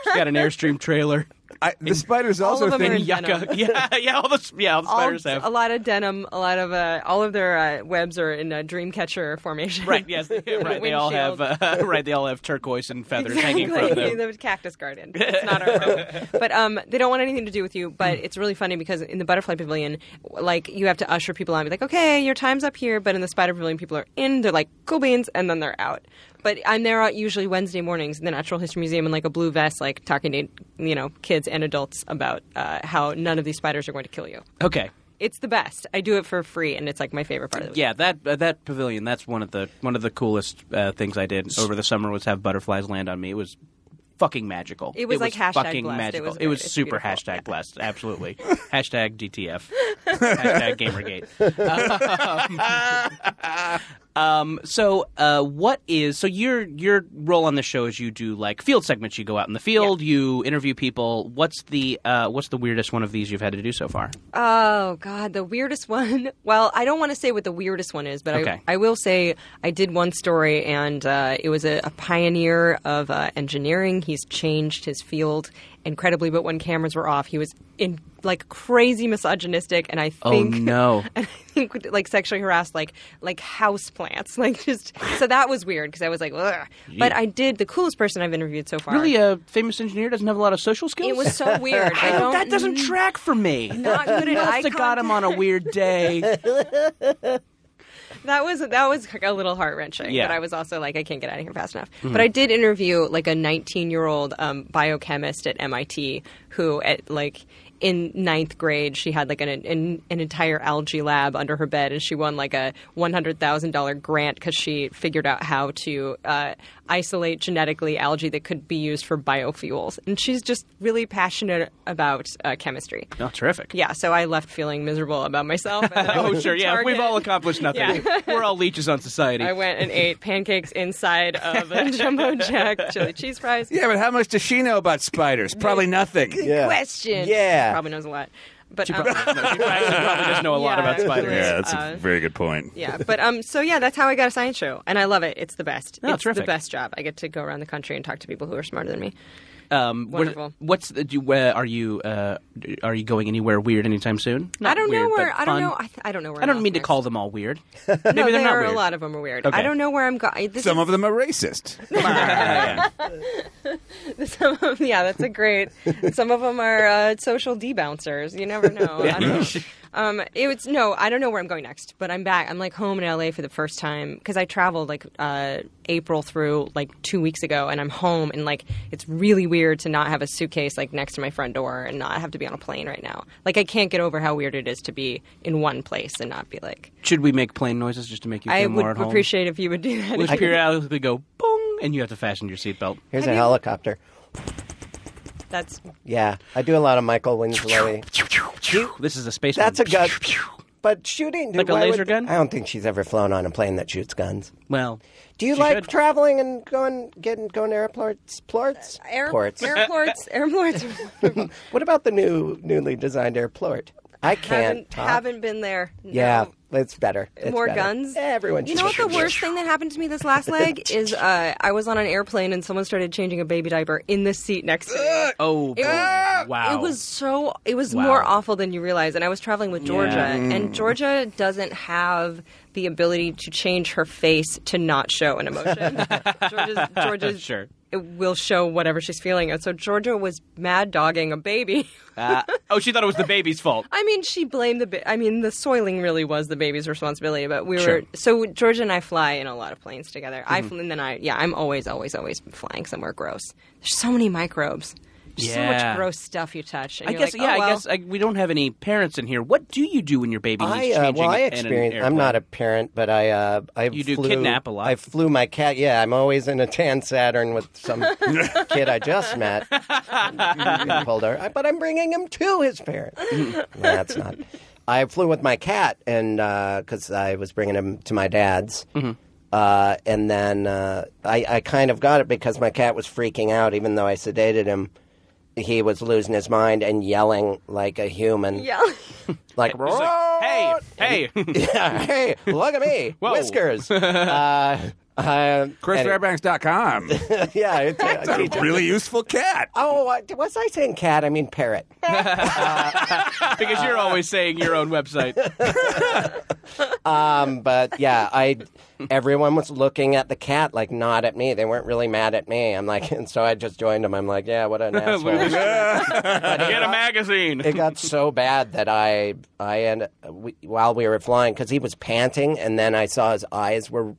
Speaker 2: She's got an airstream trailer.
Speaker 5: I, the spiders
Speaker 4: All
Speaker 5: also
Speaker 4: of them are
Speaker 5: think
Speaker 4: in
Speaker 2: Yucca.
Speaker 4: Venom.
Speaker 2: Yeah, yeah. All the yeah, all the
Speaker 4: All-
Speaker 2: spiders have.
Speaker 4: a lot of denim a lot of uh, all of their uh, webs are in a dream catcher formation
Speaker 2: Right. Yes. They, right. They all have. Uh, right. They all have turquoise and feathers hanging from
Speaker 4: Exactly.
Speaker 2: them.
Speaker 4: the cactus garden. It's not our problem. But um, they don't want anything to do with you.
Speaker 2: Mm.
Speaker 4: But it's really funny because in the butterfly pavilion, like you have to usher people on, and be like, okay, your time's up here. But in the spider pavilion, people are in. They're like, cool beans, and then they're out. But I'm there out usually Wednesday mornings in the Natural History Museum in like a blue vest, like talking to you know kids and adults about uh, how none of these spiders are going to kill you.
Speaker 2: Okay.
Speaker 4: It's the best. I do it for free, and it's like my favorite part of the week.
Speaker 2: Yeah, that uh, that pavilion. That's one of the one of the coolest uh, things I did over the summer was have butterflies land on me. It was fucking magical.
Speaker 4: It was like hashtag
Speaker 2: fucking
Speaker 4: blessed. It
Speaker 2: magical.
Speaker 4: was
Speaker 2: It was,
Speaker 4: very- it's
Speaker 2: super
Speaker 4: beautiful.
Speaker 2: hashtag blessed. Absolutely. hashtag DTF. hashtag Gamergate. Um, so uh, what is so your your role on the show is you do like field segments. You go out in the field. You interview people. What's the uh, what's the weirdest one of these you've had to do so far?
Speaker 4: Oh God, the weirdest one. Well, I don't want to say what the weirdest one is, but
Speaker 2: Okay.
Speaker 4: I, I will say I did one story, and uh, it was a, a pioneer of uh, engineering. He's changed his field incredibly, but when cameras were off, he was in like crazy misogynistic, and I think
Speaker 2: Oh, no.
Speaker 4: and I think like sexually harassed like like house plants, like just so that was weird because I was like, Ugh. but I did the coolest person I've interviewed so far.
Speaker 2: Really, a famous engineer doesn't have a lot of social skills.
Speaker 4: it was so Mm. weird. I don't
Speaker 2: that doesn't track for me.
Speaker 4: not good at eye
Speaker 2: must have got him on a weird day.
Speaker 4: that was that was a little heart wrenching.
Speaker 2: Yeah.
Speaker 4: But I was also like, I can't get out of here fast enough. But I did interview like a 19 year old um, biochemist at MIT who at like in ninth grade she had like an an, an entire algae lab under her bed and she won like a $100,000 grant because she figured out how to uh, isolate genetically algae that could be used for biofuels and she's just really passionate about uh, chemistry
Speaker 2: Oh, terrific.
Speaker 4: yeah so i left feeling miserable about myself and I
Speaker 2: Oh,
Speaker 4: went
Speaker 2: sure.
Speaker 4: to
Speaker 2: Yeah. We've
Speaker 4: Target.
Speaker 2: all accomplished nothing.
Speaker 4: Yeah.
Speaker 2: We're all leeches on society.
Speaker 4: I went and ate pancakes inside of a jumbo jack chili cheese fries.
Speaker 5: Yeah, but how much does she know about spiders? Probably nothing.
Speaker 3: Yeah.
Speaker 4: Question.
Speaker 3: Yeah.
Speaker 4: Probably knows a lot. But
Speaker 2: She
Speaker 4: um,
Speaker 2: probably, no, she actually probably does know a lot
Speaker 4: Yeah,
Speaker 2: about spiders.
Speaker 4: absolutely.
Speaker 5: Yeah, that's a very good point.
Speaker 4: yeah, but um, so yeah, that's how I got a science show, and I love it. It's the best.
Speaker 2: Oh,
Speaker 4: it's
Speaker 2: terrific.
Speaker 4: the best job. I get to go around the country and talk to people who are smarter than me.
Speaker 2: Um, what-
Speaker 4: Wonderful.
Speaker 2: what's the, do, where are you? Uh, d- are you going anywhere weird anytime soon? Not
Speaker 4: I don't
Speaker 2: weird,
Speaker 4: know where.
Speaker 2: but
Speaker 4: I don't
Speaker 2: fun.
Speaker 4: know. I, th- I don't know where.
Speaker 2: I don't
Speaker 4: I'm
Speaker 2: mean to
Speaker 4: off
Speaker 2: call
Speaker 4: next.
Speaker 2: them all weird. Maybe
Speaker 4: No,
Speaker 2: they're
Speaker 4: there
Speaker 2: not
Speaker 4: are
Speaker 2: weird.
Speaker 4: a lot of them are weird.
Speaker 2: Okay.
Speaker 4: I don't know where I'm going. This
Speaker 5: Some
Speaker 4: is
Speaker 5: of them are racist.
Speaker 4: some of yeah, that's a great. some of them are uh, social debouncers. You never know. I don't know. Um, it was no, I don't know where I'm going next, but I'm back. I'm like home in LA for the first time because I traveled like uh, April through like two weeks ago, and I'm home, and like it's really weird to not have a suitcase like next to my front door and not have to be on a plane right now. Like I can't get over how weird it is to be in one place and not be like.
Speaker 2: Should we make plain noises just to make you feel
Speaker 4: I
Speaker 2: more at
Speaker 4: would
Speaker 2: home?
Speaker 4: appreciate if you would do that.
Speaker 2: We should periodically go boom, and you have to fasten your seatbelt.
Speaker 3: here's a helicopter.
Speaker 4: That's
Speaker 3: Yeah, I do a lot of Michael Winslow.
Speaker 2: This is a space.
Speaker 3: That's a
Speaker 2: one.
Speaker 3: gun. But shooting
Speaker 2: Like a
Speaker 3: why
Speaker 2: laser
Speaker 3: would-
Speaker 2: gun?
Speaker 3: I don't think she's ever flown on a plane that shoots guns.
Speaker 2: Well,
Speaker 3: Do you
Speaker 2: she
Speaker 3: like
Speaker 2: should.
Speaker 3: traveling and going, getting going to airports? Plorts?
Speaker 4: Uh, air,
Speaker 3: Ports.
Speaker 4: airports. Airports.
Speaker 3: What about the new, newly designed airport? I can't.
Speaker 4: haven't,
Speaker 3: talk.
Speaker 4: haven't been there. No.
Speaker 3: Yeah, it's better. It's
Speaker 4: more
Speaker 3: better.
Speaker 4: guns.
Speaker 3: Everyone.
Speaker 4: You know what the worst thing that happened to me this last leg is uh, I was on an airplane and someone started changing a baby diaper in the seat next to me.
Speaker 2: Oh, boy.
Speaker 4: was-
Speaker 2: wow.
Speaker 4: It was so it was
Speaker 2: Wow.
Speaker 4: more awful than you realize. And I was traveling with Georgia
Speaker 2: Yeah.
Speaker 3: Mm.
Speaker 4: and Georgia doesn't have the ability to change her face to not show an emotion. Georgia's, Georgia's
Speaker 2: Sure.
Speaker 4: it will show whatever she's feeling. And so Georgia was mad dogging a baby.
Speaker 2: Uh, oh, she thought it was the baby's fault.
Speaker 4: I mean, she blamed the. Ba- I mean, the soiling really was the baby's responsibility. But we were
Speaker 2: Sure. Mm-hmm.
Speaker 4: so Georgia and I fly in a lot of planes together. I fl- and then I yeah, I'm always always always flying somewhere gross. There's so many microbes. There's so
Speaker 2: Yeah.
Speaker 4: much gross stuff you touch. And
Speaker 2: I
Speaker 4: you're
Speaker 2: guess,
Speaker 4: like,
Speaker 2: yeah,
Speaker 4: oh, well.
Speaker 2: I guess I, we don't have any parents in here. What do you do when your baby
Speaker 3: I
Speaker 2: needs
Speaker 3: uh,
Speaker 2: changing?
Speaker 3: well, I
Speaker 2: in an
Speaker 3: experienced. I'm
Speaker 2: airplane?
Speaker 3: not a parent, but I uh, I
Speaker 2: You do
Speaker 3: flew,
Speaker 2: kidnap a lot.
Speaker 3: I flew my cat. Yeah, I'm always in a tan Saturn with some kid I just met. Getting pulled over. I- But I'm bringing him to his parents. no, that's not. I flew with my cat, and because I was bringing him to my dad's.
Speaker 2: Mm-hmm.
Speaker 3: Uh, and then uh, I, I kind of got it because my cat was freaking out, even though I sedated him. He was losing his mind and yelling like a human.
Speaker 4: yeah.
Speaker 3: Like,
Speaker 2: It's like, hey, hey,
Speaker 3: yeah, hey, look at me,
Speaker 2: Whoa.
Speaker 3: whiskers. Uh, uh, any-
Speaker 5: ChrisRedbanks.com.
Speaker 3: yeah, it's, it's,
Speaker 5: That's a really useful cat.
Speaker 3: oh, I- was I saying cat? I mean parrot.
Speaker 2: because you're always saying your own website.
Speaker 3: Um, but yeah, I everyone was looking at the cat like not at me. They weren't really mad at me. I'm like, and so I just joined them. I'm like, yeah, what an asshole.
Speaker 2: Get a magazine.
Speaker 3: it got so bad that I I and we, while we were flying because he was panting and then I saw his eyes were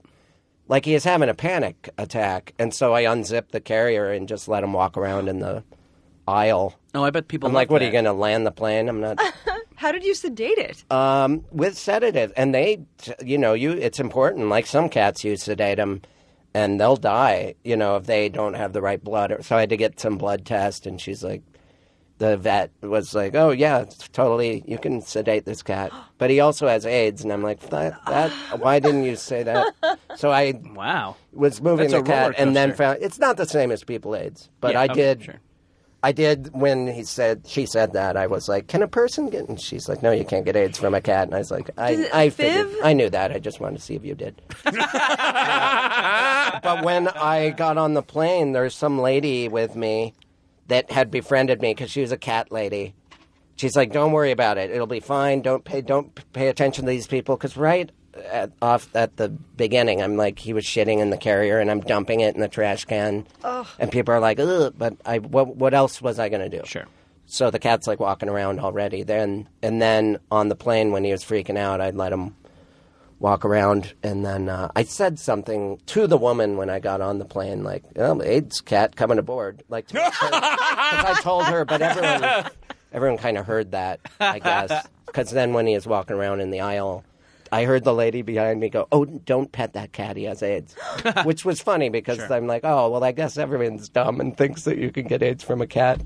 Speaker 3: like he was having a panic attack and so I unzipped the carrier and just let him walk around in the aisle.
Speaker 2: Oh, I bet people.
Speaker 3: I'm like,
Speaker 2: love
Speaker 3: what are you
Speaker 2: that.
Speaker 3: going to land the plane? I'm not
Speaker 4: How did you sedate it?
Speaker 2: Uh,
Speaker 3: um, with sedative and they you know you it's important like some cats you sedate them and they'll die you know if they don't have the right blood so I had to get some blood test and she's like the vet was like, "Oh yeah, it's totally. You can sedate this cat, but he also has AIDS." And I'm like, "That, that why didn't you say that?" So I
Speaker 2: Wow.
Speaker 3: was moving
Speaker 2: That's a
Speaker 3: the cat,
Speaker 2: roller
Speaker 3: and then
Speaker 2: coaster.
Speaker 3: found it's not the same as people AIDS. But
Speaker 2: Yeah,
Speaker 3: I
Speaker 2: okay,
Speaker 3: did,
Speaker 2: sure.
Speaker 3: I did when he said she said that. I was like, "Can a person get?" And she's like, "No, you can't get AIDS from a cat." And I was like,
Speaker 4: Does
Speaker 3: "I,
Speaker 4: it
Speaker 3: I figured,
Speaker 4: fiv?
Speaker 3: I knew that. I just wanted to see if you did." but when I got on the plane, there's some lady with me that had befriended me because she was a cat lady. She's like, "Don't worry about it. It'll be fine. Don't pay don't pay attention to these people." Because right at, off at the beginning, I'm like, he was shitting in the carrier, and I'm dumping it in the trash can, and people are like, "Ugh!" But I, what, what else was I going to do?
Speaker 2: Sure.
Speaker 3: So the cat's like walking around already. Then and then on the plane when he was freaking out, I'd let him walk around, and then uh, I said something to the woman when I got on the plane, like, oh, "AIDS cat coming aboard." Like, to her, 'cause I told her, but everyone, everyone kind of heard that, I guess, because then when he was walking around in the aisle. I heard the lady behind me go, "Oh, don't pet that cat; he has AIDS," which was funny because I'm like, "Oh, well, I guess everyone's dumb and thinks that you can get AIDS from a cat."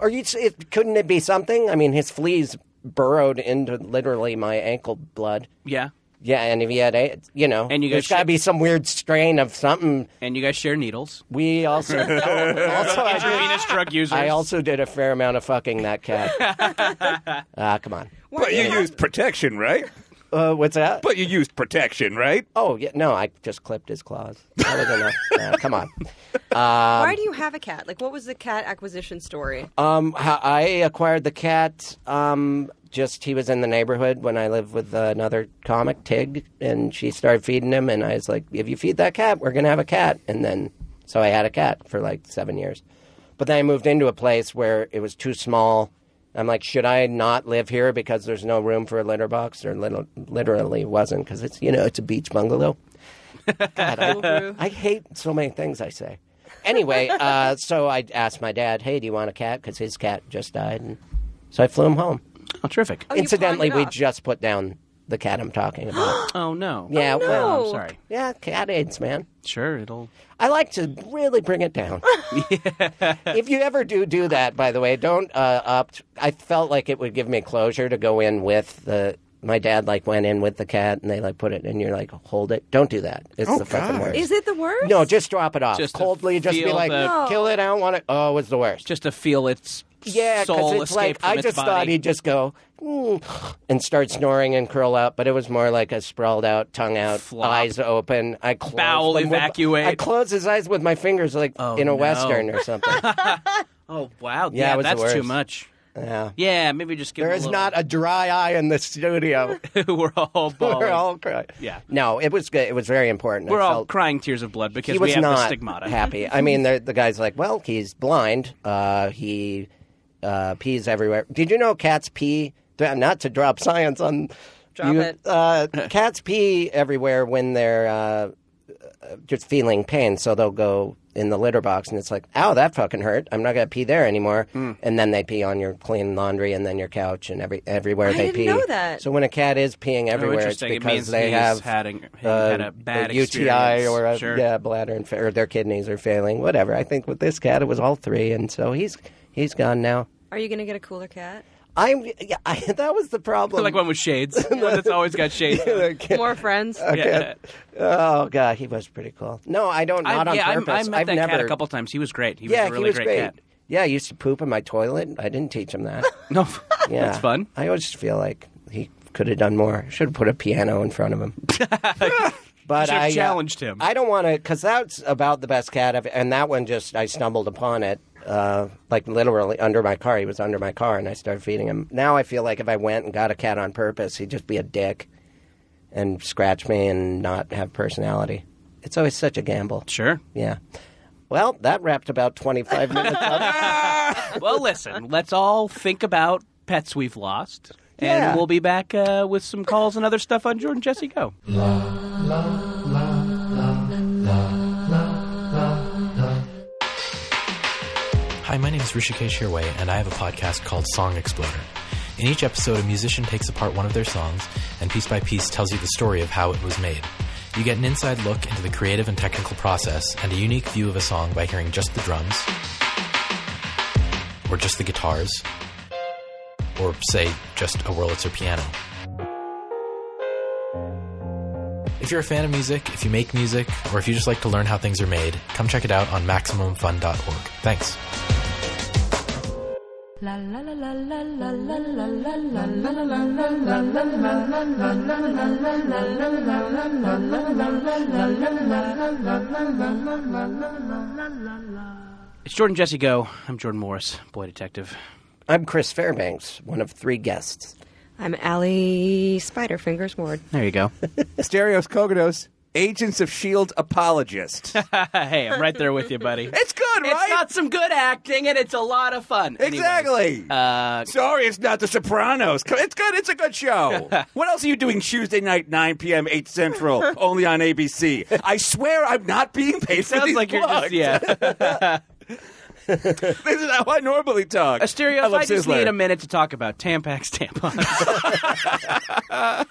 Speaker 3: Are you? It, couldn't it be something? I mean, his fleas burrowed into literally my ankle blood.
Speaker 2: Yeah.
Speaker 3: Yeah, and if you had AIDS, you know,
Speaker 2: And you got
Speaker 3: there's got to
Speaker 2: shit-
Speaker 3: be some weird strain of something.
Speaker 2: And you guys share needles.
Speaker 3: We also, oh, also I, did,
Speaker 2: Venus drug users.
Speaker 3: I also did a fair amount of fucking that cat. Ah, come on.
Speaker 5: But you used protection, right?
Speaker 3: Uh, what's that?
Speaker 5: But you used protection, right?
Speaker 3: oh, yeah, no, I just clipped his claws. That was enough. Uh, come on.
Speaker 2: um,
Speaker 4: Why do you have a cat? Like, what was the cat acquisition story?
Speaker 2: Uh,
Speaker 3: Um, how I acquired the cat. Um, just he was in the neighborhood when I lived with another comic, Tig, and she started feeding him, and I was like, "If you feed that cat, we're gonna have a cat." And then, so I had a cat for like seven years, but then I moved into a place where it was too small. I'm like, should I not live here because there's no room for a litter box? There lit- literally wasn't because it's you know it's a beach bungalow.
Speaker 4: Boo-hoo.
Speaker 3: I hate so many things I say. Anyway, uh, so I asked my dad, "Hey, do you want a cat?" Because his cat just died, and so I flew him home.
Speaker 2: oh, terrific.
Speaker 4: Oh, you
Speaker 3: Incidentally,
Speaker 4: pawned it
Speaker 3: we
Speaker 4: off.
Speaker 3: just put down the cat I'm talking about.
Speaker 2: Oh no.
Speaker 3: yeah,
Speaker 4: no.
Speaker 3: well,
Speaker 2: I'm sorry.
Speaker 3: yeah, cat AIDS, man.
Speaker 2: Sure, it'll.
Speaker 3: I like to really bring it down. if you ever do do that, by the way, don't uh, up. I felt like it would give me closure to go in with the. My dad like went in with the cat, and they like put it, and you're like, hold it. Don't do that. It's the fucking worst.
Speaker 4: Is it the worst?
Speaker 3: No, just drop it off
Speaker 2: Just to
Speaker 3: coldly. Just be
Speaker 2: feel
Speaker 3: like,
Speaker 2: the-
Speaker 3: "Mm,
Speaker 4: No.
Speaker 3: kill it. I don't want it. Oh, it was the worst.
Speaker 2: Just to feel its
Speaker 3: yeah,
Speaker 2: soul
Speaker 3: it's
Speaker 2: escape
Speaker 3: like
Speaker 2: from
Speaker 3: I
Speaker 2: its
Speaker 3: just
Speaker 2: body.
Speaker 3: thought he'd just go mm, and start snoring and curl up, but it was more like a sprawled out, tongue out,
Speaker 2: Flop.
Speaker 3: eyes open. I closed
Speaker 2: Bowel
Speaker 3: them with-
Speaker 2: evacuate. Oh,
Speaker 3: I closed his eyes with my fingers, like in a
Speaker 2: no.
Speaker 3: western or something.
Speaker 2: Oh wow.
Speaker 3: Yeah, it was the
Speaker 2: that's too
Speaker 3: worst.
Speaker 2: much.
Speaker 3: Yeah.
Speaker 2: Yeah, maybe just give
Speaker 3: There
Speaker 2: him
Speaker 3: is
Speaker 2: a
Speaker 3: not a dry eye in the studio.
Speaker 2: little, we're all bawling.
Speaker 3: We're all crying.
Speaker 2: Yeah.
Speaker 3: No, it was good. It was very important. I
Speaker 2: We're all
Speaker 3: felt-
Speaker 2: crying tears of blood because
Speaker 3: he was
Speaker 2: we have
Speaker 3: not
Speaker 2: the stigmata.
Speaker 3: happy. I mean, the, the guy's like, well, he's blind. Uh, he uh, pees everywhere. Did you know cats pee? Not to drop science on
Speaker 4: Drop
Speaker 3: you.
Speaker 4: it.
Speaker 3: Uh, cats pee everywhere when they're uh, just feeling pain, so they'll go in the litter box, and it's like, ow, that fucking hurt. I'm not gonna pee there anymore.
Speaker 2: Hmm.
Speaker 3: And then they pee on your clean laundry, and then your couch, and every everywhere they
Speaker 4: didn't
Speaker 3: pee.
Speaker 4: know that.
Speaker 3: So when a cat is peeing everywhere, it's
Speaker 2: Oh, interesting. It
Speaker 3: because
Speaker 2: means
Speaker 3: they
Speaker 2: he's
Speaker 3: have uh,
Speaker 2: had a- he had a bad
Speaker 3: UTI or a,
Speaker 2: experience. Sure.
Speaker 3: yeah, bladder inf- or their kidneys are failing. Whatever. I think with this cat, it was all three, and so he's he's gone now.
Speaker 4: Are you going to get a cooler cat?
Speaker 3: I'm yeah, I, that was the problem.
Speaker 2: like one with shades. one that's always got shades.
Speaker 3: The cat-
Speaker 4: More friends?
Speaker 2: Yeah.
Speaker 3: Oh god, he was pretty cool. No, I don't. Not
Speaker 2: I,
Speaker 3: on
Speaker 2: yeah, I-
Speaker 3: purpose.
Speaker 2: I met
Speaker 3: have
Speaker 2: that
Speaker 3: never.
Speaker 2: cat a couple times. He was great. He was
Speaker 3: yeah,
Speaker 2: a really
Speaker 3: he was
Speaker 2: great,
Speaker 3: great.
Speaker 2: cat.
Speaker 3: Yeah, I used to poop in my toilet. I didn't teach him that.
Speaker 2: No,
Speaker 3: Yeah,
Speaker 2: that's fun.
Speaker 3: I always feel like he could have done more. Should have put a piano in front of him. but
Speaker 2: Should've
Speaker 3: I uh,
Speaker 2: challenged him.
Speaker 3: I don't want to, because that's about the best cat I've. And that one just I stumbled upon it, uh, like literally under my car. He was under my car, and I started feeding him. Now I feel like if I went and got a cat on purpose, he'd just be a dick and scratch me and not have personality. It's always such a gamble.
Speaker 2: Sure.
Speaker 3: Yeah. Well, that wrapped about twenty-five minutes. up.
Speaker 2: well, listen, let's all think about pets we've lost.
Speaker 3: Yeah.
Speaker 2: And we'll be back uh, with some calls and other stuff on Jordan Jesse Go.
Speaker 10: Hi, my name is Rishikesh Hirway, and I have a podcast called Song Exploder. In each episode, a musician takes apart one of their songs and piece by piece tells you the story of how it was made. You get an inside look into the creative and technical process and a unique view of a song by hearing just the drums, or just the guitars, or say, just a Wurlitzer piano. If you're a fan of music, if you make music, or if you just like to learn how things are made, come check it out on MaximumFun.org. Thanks.
Speaker 1: La la la la la la la la la la
Speaker 2: It's Jordan Jesse Go. I'm Jordan Morris, boy detective.
Speaker 3: I'm Chris Fairbanks, one of three guests.
Speaker 4: I'm Allie Spiderfingers Ward.
Speaker 2: There you go.
Speaker 5: Stereos Kogodos, Agents of Shield apologist.
Speaker 2: hey, I'm right there with you, buddy.
Speaker 5: it's good,
Speaker 2: It's
Speaker 5: right?
Speaker 2: got some good acting, and it's a lot of fun. Anyways,
Speaker 5: exactly.
Speaker 2: uh,
Speaker 5: Sorry, it's not The Sopranos. Co- It's good. It's a good show. what else are you doing Tuesday night, 9 p.m., 8 Central, only on ABC? I swear I'm not being paid for
Speaker 2: sounds
Speaker 5: these
Speaker 2: like you're
Speaker 5: plugs.
Speaker 2: just yeah.
Speaker 5: this is how I normally talk.
Speaker 2: A stereo.
Speaker 5: I
Speaker 2: I,
Speaker 5: love
Speaker 2: just
Speaker 5: Sizzler.
Speaker 2: need a minute to talk about Tampax tampons.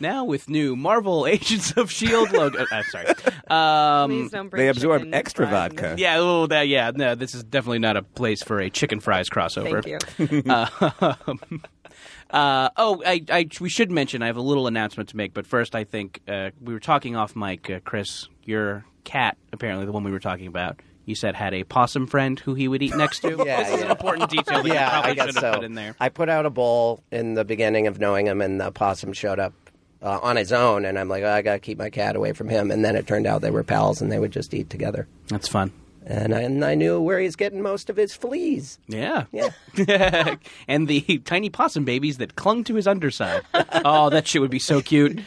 Speaker 2: now with new Marvel Agents of Shield E logo. I'm sorry. Um,
Speaker 4: Please don't bring
Speaker 5: They absorb
Speaker 4: chicken
Speaker 5: extra
Speaker 4: fries in
Speaker 5: vodka.
Speaker 2: yeah. Oh, that. Yeah. No, this is definitely not a place for a chicken fries
Speaker 4: this.
Speaker 2: crossover.
Speaker 4: Thank you.
Speaker 2: Uh, oh, I, I, we should mention I have a little announcement to make, but first I think uh, we were talking off mic, uh, Chris. Your cat, apparently the one we were talking about, you said had a possum friend who he would eat next to.
Speaker 3: Yeah,
Speaker 2: this is an
Speaker 3: yeah.
Speaker 2: important detail that you
Speaker 3: yeah, I
Speaker 2: probably
Speaker 3: guess
Speaker 2: should have
Speaker 3: so.
Speaker 2: put in there.
Speaker 3: I put out a bowl in the beginning of knowing him, and the possum showed up uh, on his own, and I'm like, oh, I gotta keep my cat away from him. And then it turned out they were pals, and they would just eat together.
Speaker 2: That's fun.
Speaker 3: And I, and I knew where he's getting most of his fleas.
Speaker 2: Yeah.
Speaker 3: Yeah.
Speaker 2: and the tiny possum babies that clung to his underside. oh, that shit would be so cute.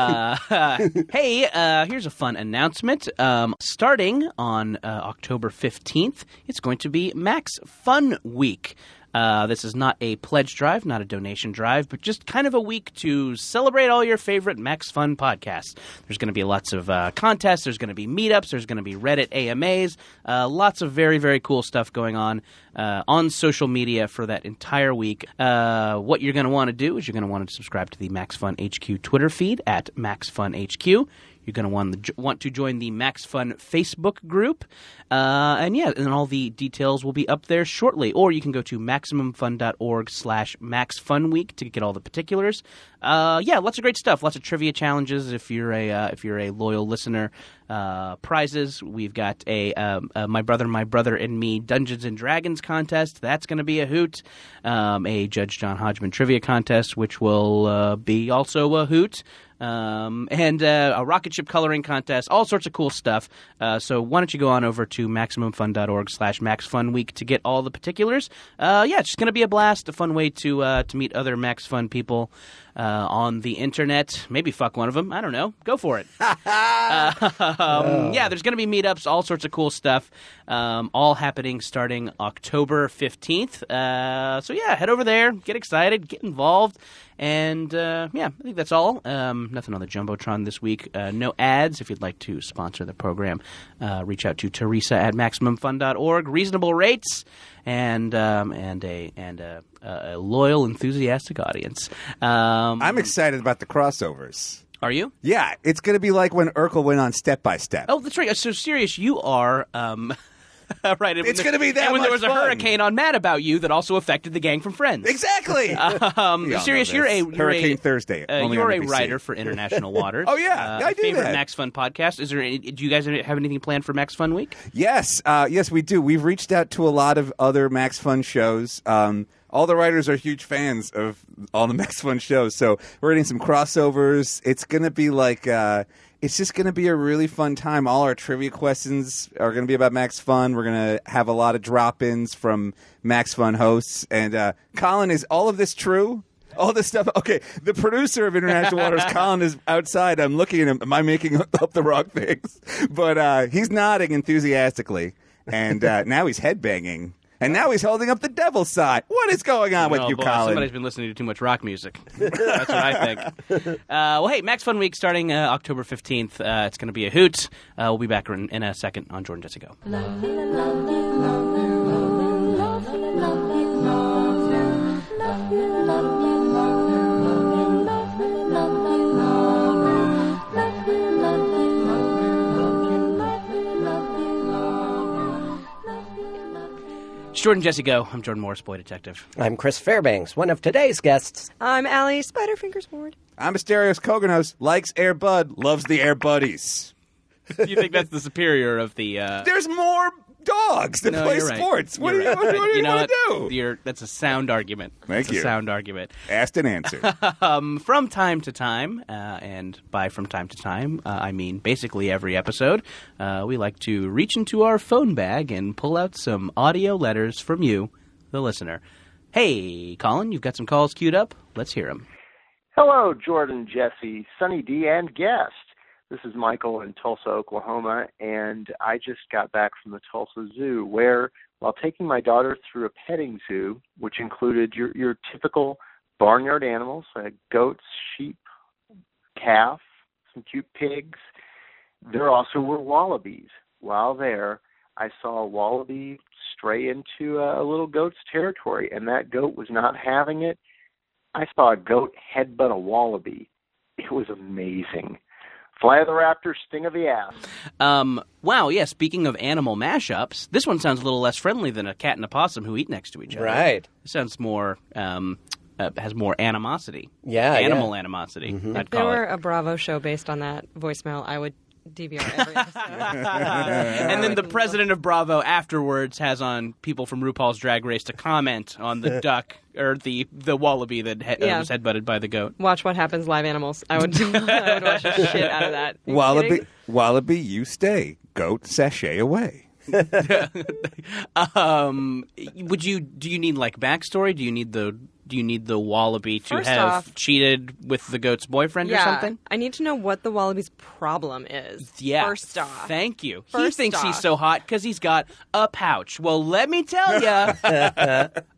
Speaker 2: Uh, hey, uh, here's a fun announcement. Um, starting on uh, October 15th, it's going to be Max Fun Week. Uh, this is not a pledge drive, not a donation drive, but just kind of a week to celebrate all your favorite Max Fun podcasts. There's going to be lots of uh, contests, there's going to be meetups, there's going to be Reddit AMAs, uh, lots of very, very cool stuff going on uh, on social media for that entire week. Uh, what you're going to want to do is you're going to want to subscribe to the Max Fun HQ Twitter feed at Max Fun HQ. You're going to want, to- want to join the Max Fun Facebook group. Uh, and yeah, and all the details will be up there shortly. Or you can go to MaximumFun.org slash MaxFunWeek to get all the particulars. Uh, yeah, lots of great stuff. Lots of trivia challenges if you're a, uh, if you're a loyal listener. uh, prizes. We've got a, um, uh My Brother, My Brother and Me Dungeons and Dragons contest. That's going to be a hoot. Um, a Judge John Hodgman trivia contest, which will uh, be also a hoot. Um, and uh, a rocket ship coloring contest, all sorts of cool stuff. Uh, so why don't you go on over to MaximumFun.org slash MaxFunWeek to get all the particulars. Uh, yeah, it's just going to be a blast, a fun way to uh, to meet other Max Fun people uh, on the internet. Maybe fuck one of them. I don't know. Go for it. Um, yeah, there's going to be meetups, all sorts of cool stuff, um, all happening starting October 15th. Uh, so, yeah, head over there, get excited, get involved. And uh, yeah, I think that's all. Um, nothing on the Jumbotron this week. Uh, no ads. If you'd like to sponsor the program, uh, reach out to Teresa at MaximumFun.org. Reasonable rates and um, and a and a, a loyal, enthusiastic audience. Um,
Speaker 5: I'm excited about the crossovers.
Speaker 2: are you?
Speaker 5: Yeah, it's going to be like when Urkel went on Step by Step.
Speaker 2: Oh, that's right. So serious you are. Um, right. and when
Speaker 5: It's
Speaker 2: the-
Speaker 5: gonna be that
Speaker 2: And when there
Speaker 5: much
Speaker 2: was a
Speaker 5: fun.
Speaker 2: hurricane on Mad About You that also affected the gang from Friends.
Speaker 5: exactly.
Speaker 2: Um,
Speaker 5: We all
Speaker 2: serious,
Speaker 5: know
Speaker 2: you're a
Speaker 5: this.
Speaker 2: you're
Speaker 5: Hurricane
Speaker 2: a,
Speaker 5: Thursday,
Speaker 2: Uh,
Speaker 5: only
Speaker 2: you're
Speaker 5: on
Speaker 2: a
Speaker 5: NBC.
Speaker 2: writer for International Waters.
Speaker 5: Oh, yeah,
Speaker 2: uh,
Speaker 5: I do
Speaker 2: favorite
Speaker 5: that.
Speaker 2: Max Fun podcast. Is there? Any, do you guys have anything planned for Max Fun Week?
Speaker 5: Yes, uh, yes, we do. We've reached out to a lot of other Max Fun shows. Um, all the writers are huge fans of all the Max Fun shows, so we're getting some crossovers. It's gonna be like uh, it's just gonna be a really fun time. All our trivia questions are gonna be about Max Fun. We're gonna have a lot of drop-ins from Max Fun hosts. And uh, Colin, is all of this true? All this stuff. Okay, the producer of International Waters, Colin, is outside. I'm looking at him. Am I making up the wrong things? But uh, he's nodding enthusiastically, and uh, now he's headbanging, and now he's holding up the devil's side. What is going on with
Speaker 2: Oh,
Speaker 5: you,
Speaker 2: boy,
Speaker 5: Colin?
Speaker 2: Somebody's been listening to too much rock music. That's what I think. Uh, well, hey, Max Fun Week starting uh, October 15th. Uh, it's going to be a hoot. Uh, we'll be back in, in a second on Jordan Jessica. It's Jordan Jesse Go. I'm Jordan Morris, boy detective.
Speaker 3: I'm Chris Fairbanks, one of today's guests.
Speaker 4: I'm Allie Spiderfingers Ward.
Speaker 5: I'm Asterios Koganos, likes Air Bud, loves the Air Buddies.
Speaker 2: you think that's the superior of the? Uh,
Speaker 5: There's more dogs that
Speaker 2: No,
Speaker 5: play
Speaker 2: you're right.
Speaker 5: sports. What
Speaker 2: You're
Speaker 5: do you,
Speaker 2: right.
Speaker 5: what do you,
Speaker 2: know
Speaker 5: want
Speaker 2: what?
Speaker 5: to do?
Speaker 2: You're- that's a sound argument.
Speaker 5: Thank
Speaker 2: It's a
Speaker 5: you.
Speaker 2: sound argument. Um,
Speaker 5: Asked and answered.
Speaker 2: From time to time, uh, and by from time to time, uh, I mean basically every episode, uh, we like to reach into our phone bag and pull out some audio letters from you, the listener. Hey, Colin, you've got some calls queued up. Let's hear them.
Speaker 11: Hello, Jordan, Jesse, Sunny D, and guest. This is Michael in Tulsa, Oklahoma, and I just got back from the Tulsa Zoo, where while taking my daughter through a petting zoo, which included your your typical barnyard animals, uh, goats, sheep, calf, some cute pigs, there also were wallabies. While there, I saw a wallaby stray into a, a little goat's territory, and that goat was not having it. I saw a goat headbutt a wallaby. It was amazing. Fly of the raptor, sting of the ass.
Speaker 2: Um, wow, yeah, speaking of animal mashups, this one sounds a little less friendly than a cat and a possum who eat next to each other.
Speaker 3: Right.
Speaker 2: This sounds more, um, uh, has more animosity.
Speaker 3: Yeah, Mm-hmm.
Speaker 2: Animal animosity, I'd
Speaker 4: If there
Speaker 2: call it.
Speaker 4: were a Bravo show based on that voicemail, I would DVR every episode.
Speaker 2: and then the president of Bravo afterwards has on people from RuPaul's Drag Race to comment on the duck or the the wallaby that he- uh,
Speaker 4: Yeah.
Speaker 2: was headbutted by the goat.
Speaker 4: watch what happens live animals. I would, I would watch the shit out of that. Are you
Speaker 5: Wallaby,
Speaker 4: kidding?
Speaker 5: Wallaby, you stay. Goat, sashay away.
Speaker 2: Um, would you do you need like backstory? Do you need the do you need the wallaby to
Speaker 4: First
Speaker 2: have
Speaker 4: off-
Speaker 2: cheated with the goat's boyfriend or
Speaker 4: Yeah,
Speaker 2: something?
Speaker 4: I need to know what the wallaby's problem is.
Speaker 2: Yeah.
Speaker 4: First off,
Speaker 2: Thank you.
Speaker 4: First
Speaker 2: he thinks he's
Speaker 4: off.
Speaker 2: so hot because he's got a pouch. Well, let me tell you,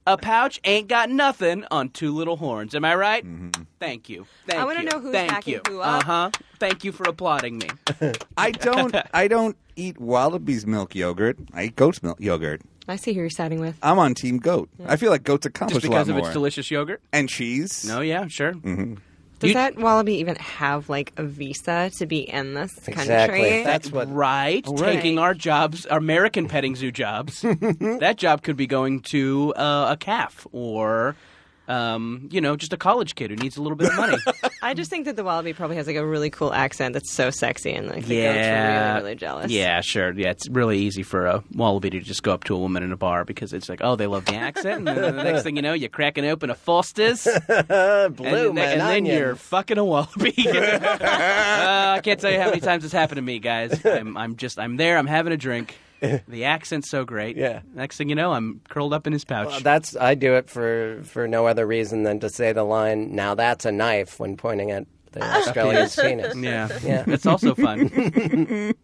Speaker 2: a pouch ain't got nothing on two little horns. Am I right?
Speaker 5: Mm-hmm.
Speaker 2: Thank you. Thank
Speaker 4: wanna
Speaker 2: you.
Speaker 4: know who's
Speaker 2: Thank
Speaker 4: backing
Speaker 2: you.
Speaker 4: who up.
Speaker 2: Uh huh. Thank you for applauding me.
Speaker 5: I don't. I don't eat wallabies milk yogurt. I eat goat's milk yogurt.
Speaker 4: I see who you're siding with.
Speaker 2: Uh,
Speaker 5: I'm on team goat. I feel like goat's accomplished
Speaker 2: Just because
Speaker 5: a lot
Speaker 2: of
Speaker 5: more. Mm-hmm.
Speaker 2: its delicious yogurt?
Speaker 5: and cheese.
Speaker 2: No, yeah, sure.
Speaker 4: Does
Speaker 2: You-
Speaker 4: that wallaby even have like a visa to be in this
Speaker 3: Exactly.
Speaker 4: country?
Speaker 3: That's what.
Speaker 2: Right, taking our jobs, our American petting zoo jobs. that job could be going to uh, a calf or Um, you know, just a college kid who needs a little bit of money.
Speaker 4: I just think that the wallaby probably has like a really cool accent that's so sexy and like the goats
Speaker 2: yeah,
Speaker 4: are really, really jealous.
Speaker 2: Yeah, sure. Yeah, it's really easy for a wallaby to just go up to a woman in a bar because it's like, oh, they love the accent. And then the next thing you know, you're cracking open a Foster's. Blue,
Speaker 3: Uh,
Speaker 2: and, then- and
Speaker 3: man,
Speaker 2: then you're
Speaker 3: onions.
Speaker 2: fucking a wallaby. Uh, I can't tell you how many times this happened to me, guys. I'm, I'm just, I'm there, I'm having a drink. The accent's so great. Yeah. Next thing you know, I'm curled up in his pouch.
Speaker 3: Well, that's I do it for for no other reason than to say the line. Now that's a knife when pointing at the Australian's penis.
Speaker 2: Yeah.
Speaker 3: yeah,
Speaker 2: It's also fun.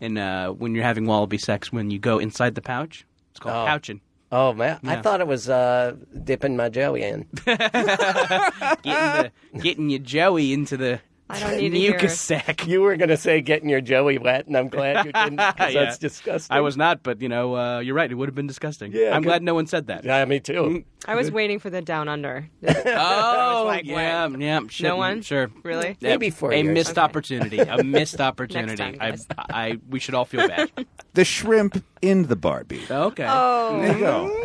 Speaker 2: and uh, when you're having wallaby sex, when you go inside the pouch, it's called
Speaker 3: Oh.
Speaker 2: pouching.
Speaker 3: Oh man, I
Speaker 2: Yeah.
Speaker 3: thought it was uh, dipping my joey in.
Speaker 2: Getting,
Speaker 3: Ah.
Speaker 2: the, getting your Joey into the
Speaker 4: I don't need to
Speaker 2: mucus
Speaker 4: hear-
Speaker 2: sack.
Speaker 3: You were gonna say getting your joey wet, and I'm glad you didn't. 'cause
Speaker 2: Yeah.
Speaker 3: That's disgusting.
Speaker 2: I was not, but you know, uh, you're right. It would have been disgusting.
Speaker 3: Yeah,
Speaker 2: I'm
Speaker 3: good.
Speaker 2: glad no one said that.
Speaker 3: Yeah, me
Speaker 2: Mm.
Speaker 3: too.
Speaker 4: I was waiting for the down under.
Speaker 2: Oh,
Speaker 4: like,
Speaker 2: yeah, yeah. Sure,
Speaker 4: one?
Speaker 2: Sure.
Speaker 4: Really?
Speaker 2: Yeah,
Speaker 4: Maybe
Speaker 3: four
Speaker 2: A
Speaker 3: years.
Speaker 2: missed opportunity. A missed opportunity.
Speaker 4: time, guys.
Speaker 2: I, I, we should all feel bad.
Speaker 5: The shrimp in the Barbie.
Speaker 2: Okay. Uh,
Speaker 5: There you go.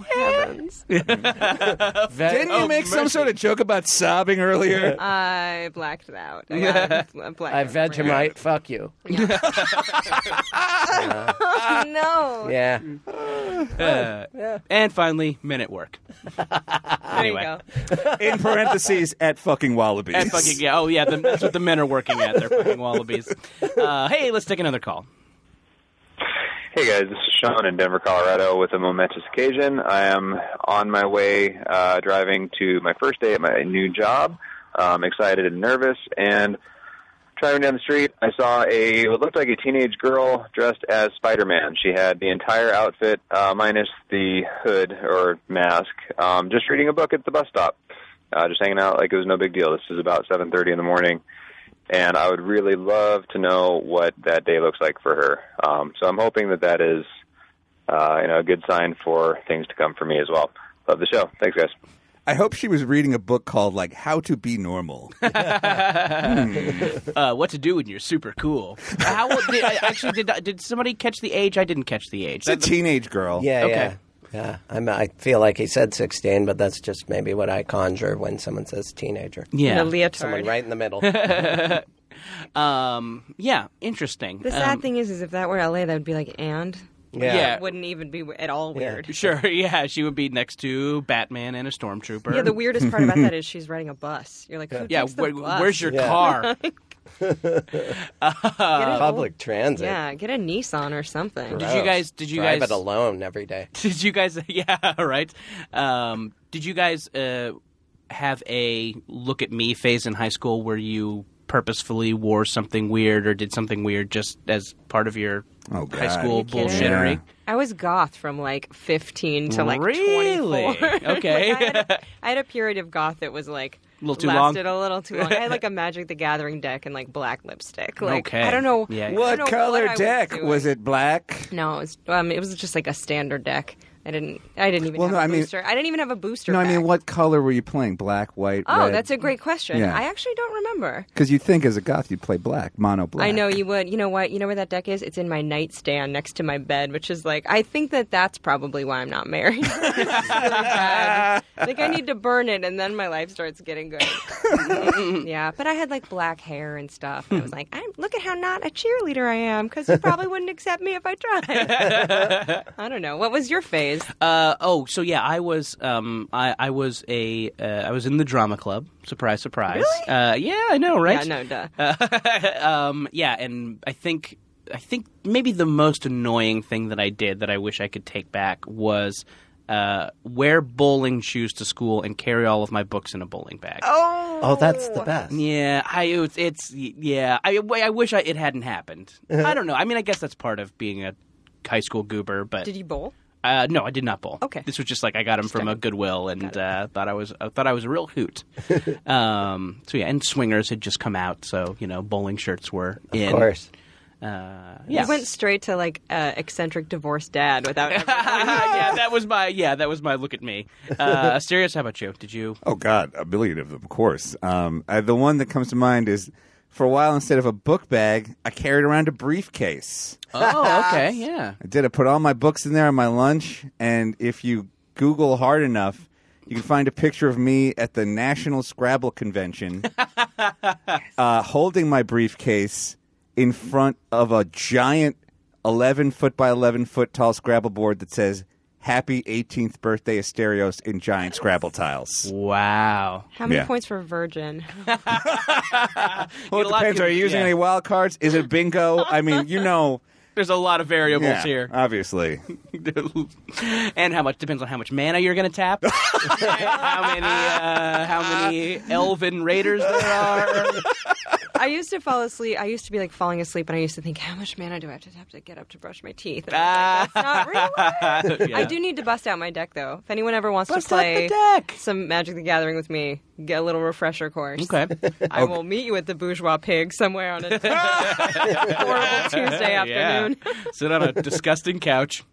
Speaker 4: heavens!
Speaker 5: Didn't
Speaker 2: Oh,
Speaker 5: you make some sort of joke about sobbing earlier?
Speaker 4: I blacked it out. I, got it. I blacked
Speaker 3: I
Speaker 4: it out.
Speaker 3: Vegemite. Fuck you.
Speaker 4: Oh, no.
Speaker 3: Yeah.
Speaker 2: Uh, And finally, men at work.
Speaker 4: There you
Speaker 2: anyway.
Speaker 4: go.
Speaker 5: In parentheses, at fucking Wallabies.
Speaker 2: And fucking yeah, oh yeah, the, that's what the men are working at. They're fucking wallabies. Uh, hey, let's take another call.
Speaker 12: Hey guys, this is Sean in Denver, Colorado with a momentous occasion. I am on my way uh, driving to my first day at my new job. Um, excited and nervous and driving down the street, I saw a what looked like a teenage girl dressed as Spider-Man. She had the entire outfit uh, minus the hood or mask. Um, just reading a book at the bus stop, uh, just hanging out like it was no big deal. This is about 7:30 in the morning, and I would really love to know what that day looks like for her. Um, so I'm hoping that that is, uh, you know, a good sign for things to come for me as well. Love the show. Thanks, guys.
Speaker 5: I hope she was reading a book called like How to Be Normal.
Speaker 2: Uh, what to do when you're super cool? How old, did, I- actually did I- did somebody catch the age? I didn't catch the age.
Speaker 5: It's a teenage girl.
Speaker 3: Yeah,
Speaker 2: Okay.
Speaker 3: yeah. Yeah, I'm, I feel like he said 16, but that's just maybe what I conjure when someone says teenager.
Speaker 2: Yeah.
Speaker 4: The leotard.
Speaker 3: Someone right in the middle.
Speaker 2: Um, yeah, interesting.
Speaker 4: The sad
Speaker 2: Um,
Speaker 4: thing is, is if that were LA, that would be like and.
Speaker 2: Yeah.
Speaker 4: It wouldn't even be at all weird.
Speaker 2: Sure, yeah, she would be next to Batman and a stormtrooper.
Speaker 4: Yeah, the weirdest part about that is she's riding a bus. You're like, who
Speaker 2: Yeah,
Speaker 4: takes the
Speaker 2: where-
Speaker 4: bus?
Speaker 2: where's your Uh, car?
Speaker 4: Get an
Speaker 3: Public
Speaker 4: old-
Speaker 3: transit.
Speaker 4: Yeah, get a Nissan or something.
Speaker 2: Did you guys? Did you
Speaker 3: Drive
Speaker 2: guys?
Speaker 3: it alone every day.
Speaker 2: Did you guys? Yeah, right. Um, did you guys uh, have a look at me phase in high school where you purposefully wore something weird or did something weird just as part of your
Speaker 5: Oh,
Speaker 2: high
Speaker 5: God.
Speaker 2: school
Speaker 5: You kidding?
Speaker 2: bullshittery?
Speaker 4: I was goth from like 15 to like
Speaker 2: Really?
Speaker 4: 24.
Speaker 2: Okay.
Speaker 4: Like, I, had a, I had a period of goth that was like
Speaker 2: A little too
Speaker 4: lasted
Speaker 2: long?
Speaker 4: a little too long. I had like a Magic the Gathering deck and like black lipstick. Like
Speaker 2: Okay.
Speaker 4: I don't know
Speaker 2: Yeah.
Speaker 4: I don't
Speaker 5: What
Speaker 4: know
Speaker 5: color
Speaker 4: I was
Speaker 5: deck
Speaker 4: doing.
Speaker 5: was it? Black.
Speaker 4: No, it was um, it was just like a standard deck. I didn't I didn't even
Speaker 5: Well,
Speaker 4: have
Speaker 5: no,
Speaker 4: a
Speaker 5: I mean-
Speaker 4: booster. I didn't even have a booster.
Speaker 5: No, I mean,
Speaker 4: pack.
Speaker 5: what color were you playing? Black, white,
Speaker 4: Oh, that's a great question.
Speaker 5: Yeah.
Speaker 4: I actually don't remember.
Speaker 5: Because you think as a goth you'd play black, mono black.
Speaker 4: I know you would. You know what? You know where that deck is? It's in my nightstand next to my bed, which is like I think that that's probably why I'm not married. It's really bad. Like I need to burn it, and then my life starts getting good. yeah, but I had like black hair and stuff. And I was like, I'm look at how not a cheerleader I am because you probably wouldn't accept me if I tried. I don't know. What was your phase?
Speaker 2: Uh, oh, so yeah, I was um, I, I was a uh, I was in the drama club. Surprise, surprise. Really? Uh, yeah, I know, right?
Speaker 4: Yeah, no, duh.
Speaker 2: um, yeah, and I think I think maybe the most annoying thing that I did that I wish I could take back was uh, wear bowling shoes to school and carry all of my books in a bowling bag.
Speaker 3: Oh, that's the best.
Speaker 2: Yeah, I it's, it's yeah. I I wish I, it hadn't happened. I don't know. I mean, I guess that's part of being a high school goober. But
Speaker 4: Did you bowl?
Speaker 2: Uh, no, I did not bowl.
Speaker 4: Okay.
Speaker 2: this was just like I got them from a Goodwill and uh, thought I was I thought I was a real hoot. um, so yeah, and swingers had just come out, so you know bowling shirts were in.
Speaker 3: Of course.
Speaker 2: Uh, yeah.
Speaker 4: You went straight to like uh, eccentric divorced dad without. Ever-
Speaker 2: yeah, that was my yeah, that was my look at me. Uh, Asterios, how about you? Did you?
Speaker 5: Oh God, a million of them, of course. Um, I, the one that comes to mind is, for a while, instead of a book bag, I carried around a briefcase.
Speaker 2: Oh, okay, yeah.
Speaker 5: I did. I put all my books in there on my lunch, and if you Google hard enough, You can find a picture of me at the National Scrabble Convention uh, holding my briefcase in front of a giant 11 foot by 11 foot tall Scrabble board that says, Happy 18th birthday, Asterios, in giant Scrabble tiles.
Speaker 2: Wow.
Speaker 4: How many points for Virgin?
Speaker 5: Well, it depends. Are you using any wild cards? Is it bingo? I mean, you know.
Speaker 2: There's a lot of variables
Speaker 5: Yeah,
Speaker 2: here.
Speaker 5: Obviously.
Speaker 2: and how much depends on how much mana you're going to tap, how many uh, how many elven raiders there are.
Speaker 4: I used to fall asleep. I used to be like falling asleep, and I used to think, how much mana do I have to have to get up to brush my teeth? And I was like, That's not real.
Speaker 2: Yeah.
Speaker 4: I do need to bust out my deck, though. If anyone ever wants
Speaker 2: Bust
Speaker 4: to
Speaker 2: out
Speaker 4: play
Speaker 2: the deck.
Speaker 4: some Magic the Gathering with me, get a little refresher course.
Speaker 2: Okay.
Speaker 4: I will meet you at the Bourgeois Pig somewhere on a horrible Tuesday afternoon.
Speaker 2: Sit on a disgusting couch.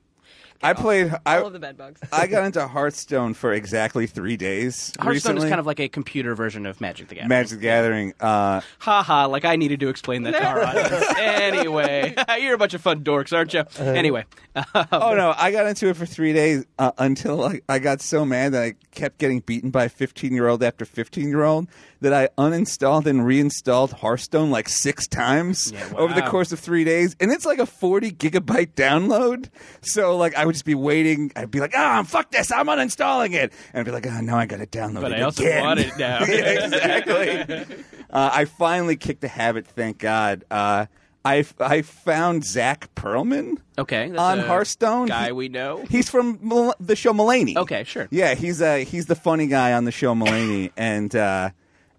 Speaker 5: I played. I,
Speaker 4: All of the bed bugs.
Speaker 5: I got into Hearthstone for exactly three days.
Speaker 2: Hearthstone
Speaker 5: recently.
Speaker 2: is kind of like a computer version of Magic the Gathering.
Speaker 5: Magic the Gathering. Uh,
Speaker 2: Ha ha! Like I needed to explain that to our audience. anyway, you're a bunch of fun dorks, aren't you?
Speaker 5: Uh-huh.
Speaker 2: Anyway, uh,
Speaker 5: oh no, I got into it for three days uh, until I, I got so mad that I kept getting beaten by fifteen year old after fifteen year old that I uninstalled and reinstalled Hearthstone like six times over the
Speaker 2: wow.
Speaker 5: course of three days, and it's like a forty gigabyte download. So like I would just be waiting. I'd be like, ah, fuck this, I'm uninstalling it, and I'd be like, oh no, I got to download
Speaker 2: but
Speaker 5: it
Speaker 2: I also
Speaker 5: again.
Speaker 2: want it now.
Speaker 5: Yeah, exactly. Uh, I finally kicked a habit, thank God. Uh, I, I found Zach Perlman.
Speaker 2: Okay, that's
Speaker 5: on
Speaker 2: a
Speaker 5: Hearthstone,
Speaker 2: guy
Speaker 5: He-
Speaker 2: we know.
Speaker 5: He's from Mul- the show Mulaney.
Speaker 2: Okay, sure.
Speaker 5: Yeah, he's uh, he's the funny guy on the show Mulaney, and uh,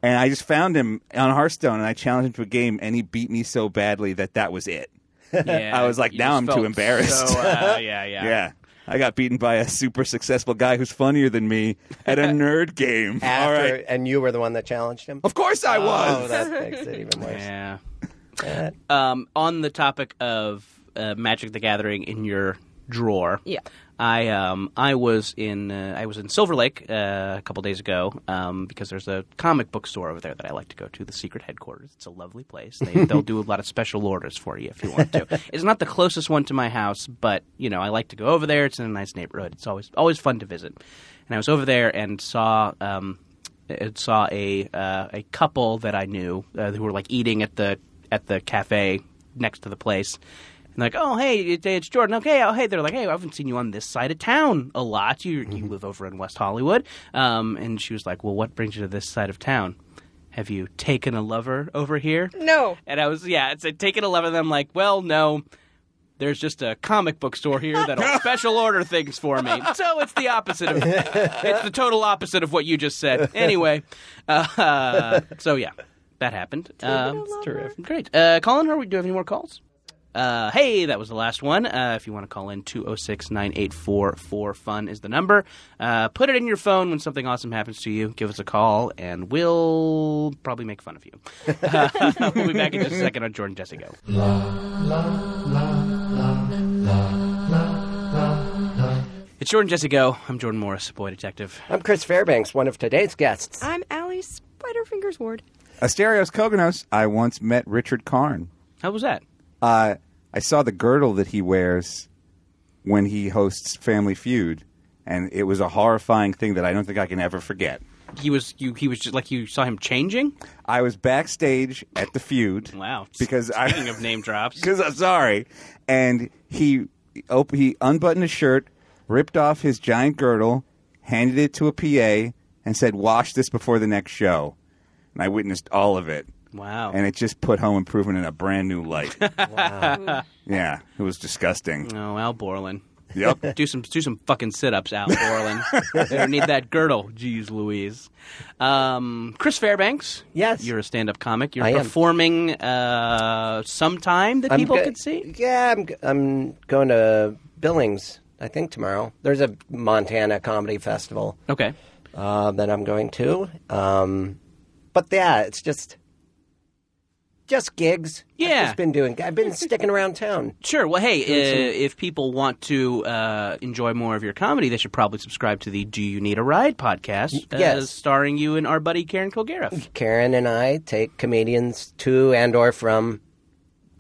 Speaker 5: and I just found him on Hearthstone, and I challenged him to a game, and he beat me so badly that that was it.
Speaker 2: Yeah,
Speaker 5: I was like,
Speaker 2: you
Speaker 5: now
Speaker 2: just
Speaker 5: I'm
Speaker 2: felt
Speaker 5: too embarrassed.
Speaker 2: so, uh, yeah, yeah.
Speaker 5: yeah. I got beaten by a super successful guy who's funnier than me at a nerd game. All
Speaker 3: After,
Speaker 5: right.
Speaker 3: And you were the one that challenged him?
Speaker 5: Of course I was.
Speaker 3: Oh, that makes it even worse.
Speaker 2: Yeah. um, on the topic of uh, Magic the Gathering in your drawer.
Speaker 4: Yeah.
Speaker 2: I um I was in uh, I was in Silver Lake uh, a couple days ago um, because there's a comic book store over there that I like to go to the Secret Headquarters. It's a lovely place. They, they'll do a lot of special orders for you if you want to. it's not the closest one to my house, but you know I like to go over there. It's in a nice neighborhood. It's always always fun to visit. And I was over there and saw um, it saw a uh, a couple that I knew uh, who were like eating at the at the cafe next to the place. And like, oh hey, it- it's Jordan. Okay, oh hey, they're like, hey, I haven't seen you on this side of town a lot. You you live over in West Hollywood. Um, and she was like, well, what brings you to this side of town? Have you taken a lover over here?
Speaker 4: No.
Speaker 2: And I was yeah, it's a taken a lover. And I'm like, well, no. There's just a comic book store here that'll special order things for me. So it's the opposite of it's the total opposite of what you just said. Anyway, uh, so yeah, that happened. Um,
Speaker 3: terrific.
Speaker 2: Great. Uh, Colin, are we, do you have any more calls? Uh, hey, that was the last one. Uh, if you want to call in, 206 984 4FUN is the number. Uh, put it in your phone when something awesome happens to you. Give us a call, and we'll probably make fun of you. Uh, we'll be back in just a second on Jordan Jesse Go. It's Jordan Jesse Go. I'm Jordan Morris, boy detective.
Speaker 3: I'm Chris Fairbanks, one of today's guests.
Speaker 4: I'm Allie Spiderfingers Ward.
Speaker 5: Asterios Koganos, I once met Richard Karn.
Speaker 2: How was that?
Speaker 5: Uh, I saw the girdle that he wears when he hosts Family Feud, and it was a horrifying thing that I don't think I can ever forget.
Speaker 2: He was you. He was just like you saw him changing.
Speaker 5: I was backstage at the feud.
Speaker 2: Wow.
Speaker 5: Because I-
Speaker 2: speaking of name drops,
Speaker 5: Because I'm sorry. And he op- he unbuttoned his shirt, ripped off his giant girdle, handed it to a PA, and said, "Wash this before the next show." And I witnessed all of it.
Speaker 2: Wow.
Speaker 5: And it just put Home Improvement in a brand new light. yeah, it was disgusting.
Speaker 2: No, Al Borland.
Speaker 5: Yep.
Speaker 2: do some do some fucking sit ups, Al Borland. you don't need that girdle, jeez Louise. Um, Chris Fairbanks.
Speaker 3: Yes.
Speaker 2: you're a stand up comic. You're
Speaker 3: I am.
Speaker 2: performing uh, sometime that
Speaker 3: I'm
Speaker 2: people
Speaker 3: go-
Speaker 2: could see.
Speaker 3: Yeah, I'm, g- I'm going to Billings, I think, tomorrow. There's a Montana Comedy Festival
Speaker 2: Okay,
Speaker 3: uh, that I'm going to. Um, but yeah, it's just just gigs.
Speaker 2: Yeah.
Speaker 3: I've just been doing. I've been sticking around town.
Speaker 2: sure. Well, hey, uh, if people want to uh, enjoy more of your comedy, they should probably subscribe to the "Do You Need a Ride" podcast, uh,
Speaker 3: Yes.
Speaker 2: starring you and our buddy Karen Kilgariff.
Speaker 3: Karen and I take comedians to and or from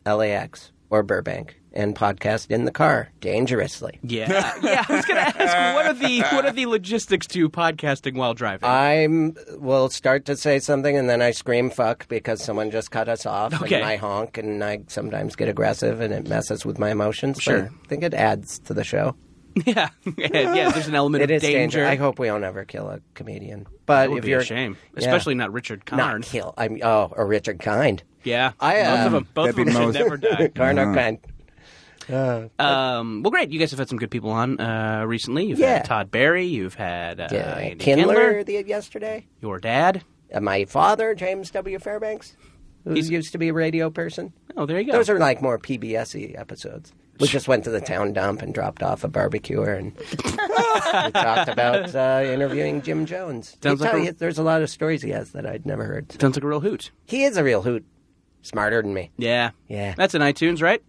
Speaker 3: LAX or Burbank and podcast in the car dangerously.
Speaker 2: Yeah, yeah. I was going to ask what are the what are the logistics to podcasting while driving?
Speaker 3: Uh, I'm will start to say something and then I scream fuck because someone just cut us off
Speaker 2: Okay.
Speaker 3: and I honk and I sometimes get aggressive and it messes with my emotions. but
Speaker 2: Sure.
Speaker 3: I think it adds to the show.
Speaker 2: yeah, yeah. There's an element
Speaker 3: It
Speaker 2: of
Speaker 3: is danger.
Speaker 2: danger.
Speaker 3: I hope we don't ever kill a comedian.
Speaker 2: That
Speaker 3: But
Speaker 2: would
Speaker 3: if
Speaker 2: be a
Speaker 3: you're
Speaker 2: shame.
Speaker 3: Yeah.
Speaker 2: Especially not Richard Karn.
Speaker 3: Not kill. I'm oh or Richard Kind.
Speaker 2: Yeah,
Speaker 3: I
Speaker 2: both
Speaker 3: um,
Speaker 2: of them, both of them should never die.
Speaker 3: Karn or Kind. Uh,
Speaker 2: Um, well, great. You guys have had some good people on uh, recently. You've
Speaker 3: Yeah.
Speaker 2: had Todd Barry. You've had uh, Andy
Speaker 3: Kindler,
Speaker 2: Kindler.
Speaker 3: the, yesterday. uh,
Speaker 2: Your dad.
Speaker 3: my father, James W. Fairbanks, who used to be a radio person.
Speaker 2: Oh, there you go.
Speaker 3: Those are like more PBS-y episodes. We just went to the town dump and dropped off a barbecuer and we talked about uh, interviewing Jim Jones.
Speaker 2: Sounds
Speaker 3: He
Speaker 2: like
Speaker 3: tell-
Speaker 2: a-
Speaker 3: he- there's a lot of stories he has that I'd never heard.
Speaker 2: Sounds like a real hoot.
Speaker 3: He is a real hoot. Smarter than me.
Speaker 2: Yeah.
Speaker 3: Yeah.
Speaker 2: That's in iTunes, right?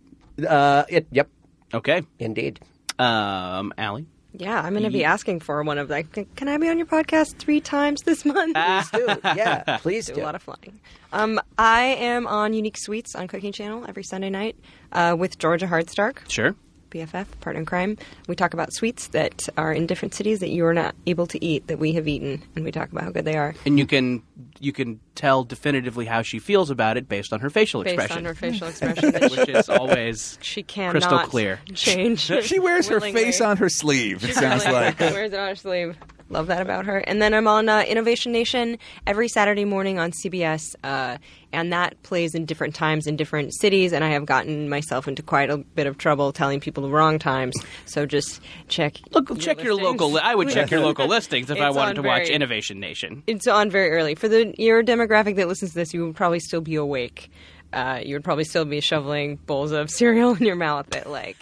Speaker 3: Uh, it, yep.
Speaker 2: Okay.
Speaker 3: Indeed.
Speaker 2: Um, Allie.
Speaker 4: Yeah, I'm going to be asking for one of like, "Can- can I be on your podcast three times this month?
Speaker 2: Ah.
Speaker 4: Please do.
Speaker 3: Yeah, please
Speaker 4: do.
Speaker 3: do.
Speaker 4: A lot of flying. Um, I am on Unique Sweets on Cooking Channel every Sunday night uh, with Georgia Hardstark.
Speaker 2: Sure.
Speaker 4: BFF, partner in crime. We talk about sweets that are in different cities that you are not able to eat that we have eaten, and we talk about how good they are.
Speaker 2: And you can you can tell definitively how she feels about it based on her facial
Speaker 4: Based
Speaker 2: expression.
Speaker 4: on her facial expression, that
Speaker 2: which
Speaker 4: she-
Speaker 2: is always
Speaker 4: she cannot
Speaker 2: crystal clear.
Speaker 4: Change.
Speaker 5: She wears her face on her sleeve. It sounds like.
Speaker 4: Where's it on her sleeve? Love that about her. And then I'm on uh, Innovation Nation every Saturday morning on CBS, uh, and that plays in different times in different cities. And I have gotten myself into quite a bit of trouble telling people the wrong times. So just check.
Speaker 2: Look, check your local. Li- I would check your local listings if I
Speaker 4: It's
Speaker 2: wanted
Speaker 4: on
Speaker 2: to watch
Speaker 4: very-
Speaker 2: Innovation Nation.
Speaker 4: It's on very early for the your demographic that listens to this. You would probably still be awake. Uh, you would probably still be shoveling bowls of cereal in your mouth at like,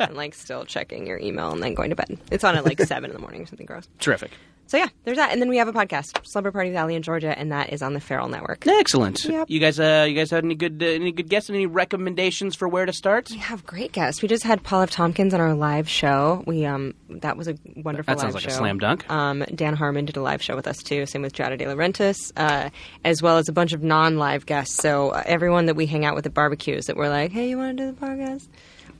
Speaker 4: and like still checking your email and then going to bed. It's on at like seven in the morning or something gross.
Speaker 2: Terrific.
Speaker 4: So yeah, there's that. And then we have a podcast, Slumber Party with Ali in Georgia, and that is on the Feral Network.
Speaker 2: Excellent.
Speaker 4: Yep.
Speaker 2: You guys, uh, you guys had any good uh, any good guesses? Any recommendations for where to start?
Speaker 4: We have great guests. We just had Paul F. Tompkins on our live show. We um that was a wonderful.
Speaker 2: That sounds
Speaker 4: live
Speaker 2: like a
Speaker 4: show.
Speaker 2: slam dunk.
Speaker 4: Um, Dan Harmon did a live show with us too. Same with Jada De Laurentiis, uh, as well as a bunch of non-live guests. So uh, everyone that we hang out with at barbecues that we're like, hey, you want to do the podcast?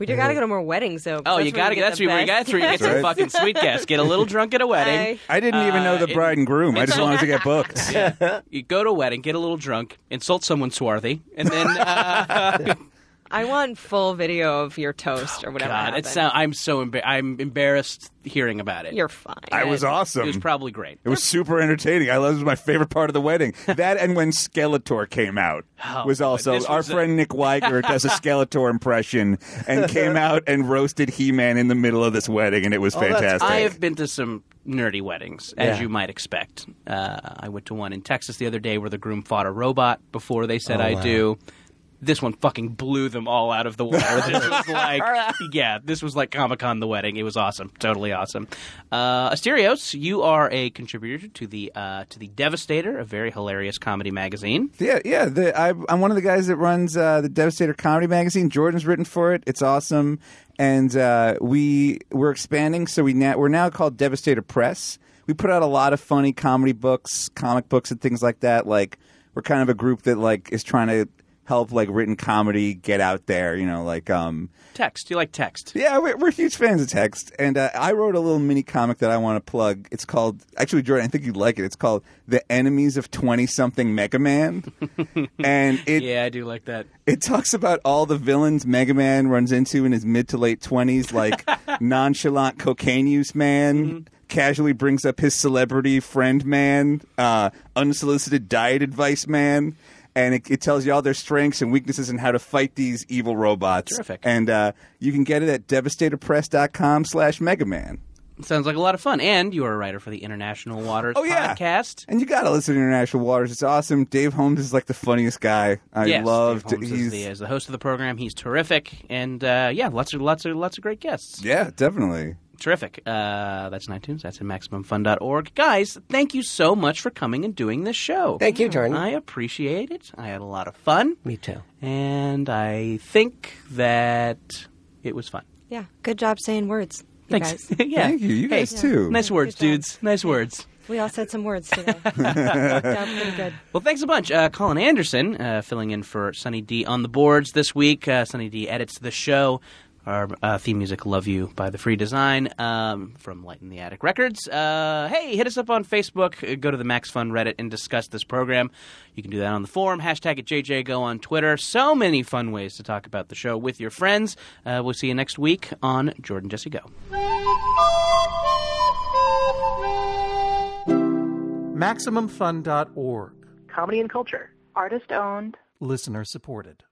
Speaker 4: We do gotta go to more weddings though. 'cause
Speaker 2: Oh,
Speaker 4: that's
Speaker 2: you
Speaker 4: where
Speaker 2: gotta
Speaker 4: we
Speaker 2: get that's where you
Speaker 4: the
Speaker 2: that's where you get
Speaker 4: best
Speaker 2: some
Speaker 5: Right.
Speaker 2: fucking sweet guests. Get a little drunk at a wedding.
Speaker 5: I didn't even know the
Speaker 2: Uh,
Speaker 5: bride and groom. I just wanted to get booked.
Speaker 2: You go to a wedding, get a little drunk, insult someone swarthy, and then uh,
Speaker 4: I want full video of your toast or whatever.
Speaker 2: Oh, God,
Speaker 4: happened.
Speaker 2: it's not, I'm so embar- I'm embarrassed hearing about it.
Speaker 4: You're fine.
Speaker 5: I was awesome.
Speaker 2: It was probably great.
Speaker 5: It was super entertaining. I loved, it was my favorite part of the wedding. That and when Skeletor came out
Speaker 2: Oh,
Speaker 5: was
Speaker 2: boy,
Speaker 5: also
Speaker 2: this
Speaker 5: our
Speaker 2: was a-
Speaker 5: friend Nick Weiger does a Skeletor impression and came out and roasted He Man in the middle of this wedding, and it was fantastic.
Speaker 2: Oh, I have been to some nerdy weddings, as
Speaker 5: Yeah.
Speaker 2: you might expect. Uh, I went to one in Texas the other day where the groom fought a robot before they said
Speaker 5: Oh,
Speaker 2: I
Speaker 5: wow.
Speaker 2: do. This one fucking blew them all out of the water. this was like, yeah, this was like Comic Con the wedding. It was awesome, totally awesome. Uh, Asterios, you are a contributor to the uh, to the Devastator, a very hilarious comedy magazine.
Speaker 5: Yeah, yeah. The, I, I'm one of the guys that runs uh, the Devastator Comedy Magazine. Jordan's written for it. It's awesome, and uh, we we're expanding. So we now, we're now called Devastator Press. We put out a lot of funny comedy books, comic books, and things like that. Like we're kind of a group that like is trying to help like written comedy get out there. You know, like um,
Speaker 2: Text, you like text?
Speaker 5: yeah, we're, we're huge fans of text, and uh, I wrote a little mini comic that I want to plug. It's called, actually, Jordan, I think you'd like it. It's called "The Enemies of Twenty Something Mega Man," and it
Speaker 2: yeah, I do like that.
Speaker 5: it talks about all the villains Mega Man runs into in his mid to late twenties, like nonchalant cocaine use man.
Speaker 2: Mm-hmm.
Speaker 5: Casually brings up his celebrity friend man, uh, unsolicited diet advice man, and it, it tells you all their strengths and weaknesses and how to fight these evil robots.
Speaker 2: Terrific.
Speaker 5: And uh, you can get it at devastatorpress.com slash Mega Man.
Speaker 2: Sounds like a lot of fun. And you are a writer for the International Waters
Speaker 5: Oh, yeah.
Speaker 2: podcast.
Speaker 5: And you got to listen to International Waters. It's awesome. Dave Holmes is like the funniest guy. I
Speaker 2: yes,
Speaker 5: love
Speaker 2: Dave Holmes
Speaker 5: he's
Speaker 2: is the, is the host of the program. He's terrific, and uh, yeah, lots of lots of lots of great guests.
Speaker 5: Yeah, definitely.
Speaker 2: Terrific. Uh, that's in iTunes. That's at MaximumFun.org. Guys, thank you so much for coming and doing this show.
Speaker 3: Thank you, Jordan.
Speaker 2: I appreciate it. I had a lot of fun,
Speaker 3: Me too.
Speaker 2: and I think that it was fun.
Speaker 4: Yeah, good job saying words. You
Speaker 2: Thanks.
Speaker 4: guys.
Speaker 2: yeah.
Speaker 5: Thank you. You
Speaker 2: Hey,
Speaker 5: guys, too.
Speaker 2: Nice words, dudes. Nice words.
Speaker 4: We all said some words today. Worked out pretty good.
Speaker 2: Well, thanks a bunch. Uh, Colin Anderson uh, filling in for Sunny D on the boards this week. Uh, Sunny D edits the show. Our uh, theme music, Love You by The Free Design um, from Light in the Attic Records. Uh, hey, hit us up on Facebook. uh, Go to the Max Fun Reddit and discuss this program. You can do that on the forum. Hashtag at JJGo on Twitter. So many fun ways to talk about the show with your friends. Uh, we'll see you next week on Jordan Jesse Go.
Speaker 13: MaximumFun.org.
Speaker 14: Comedy and culture. Artist owned.
Speaker 13: Listener supported.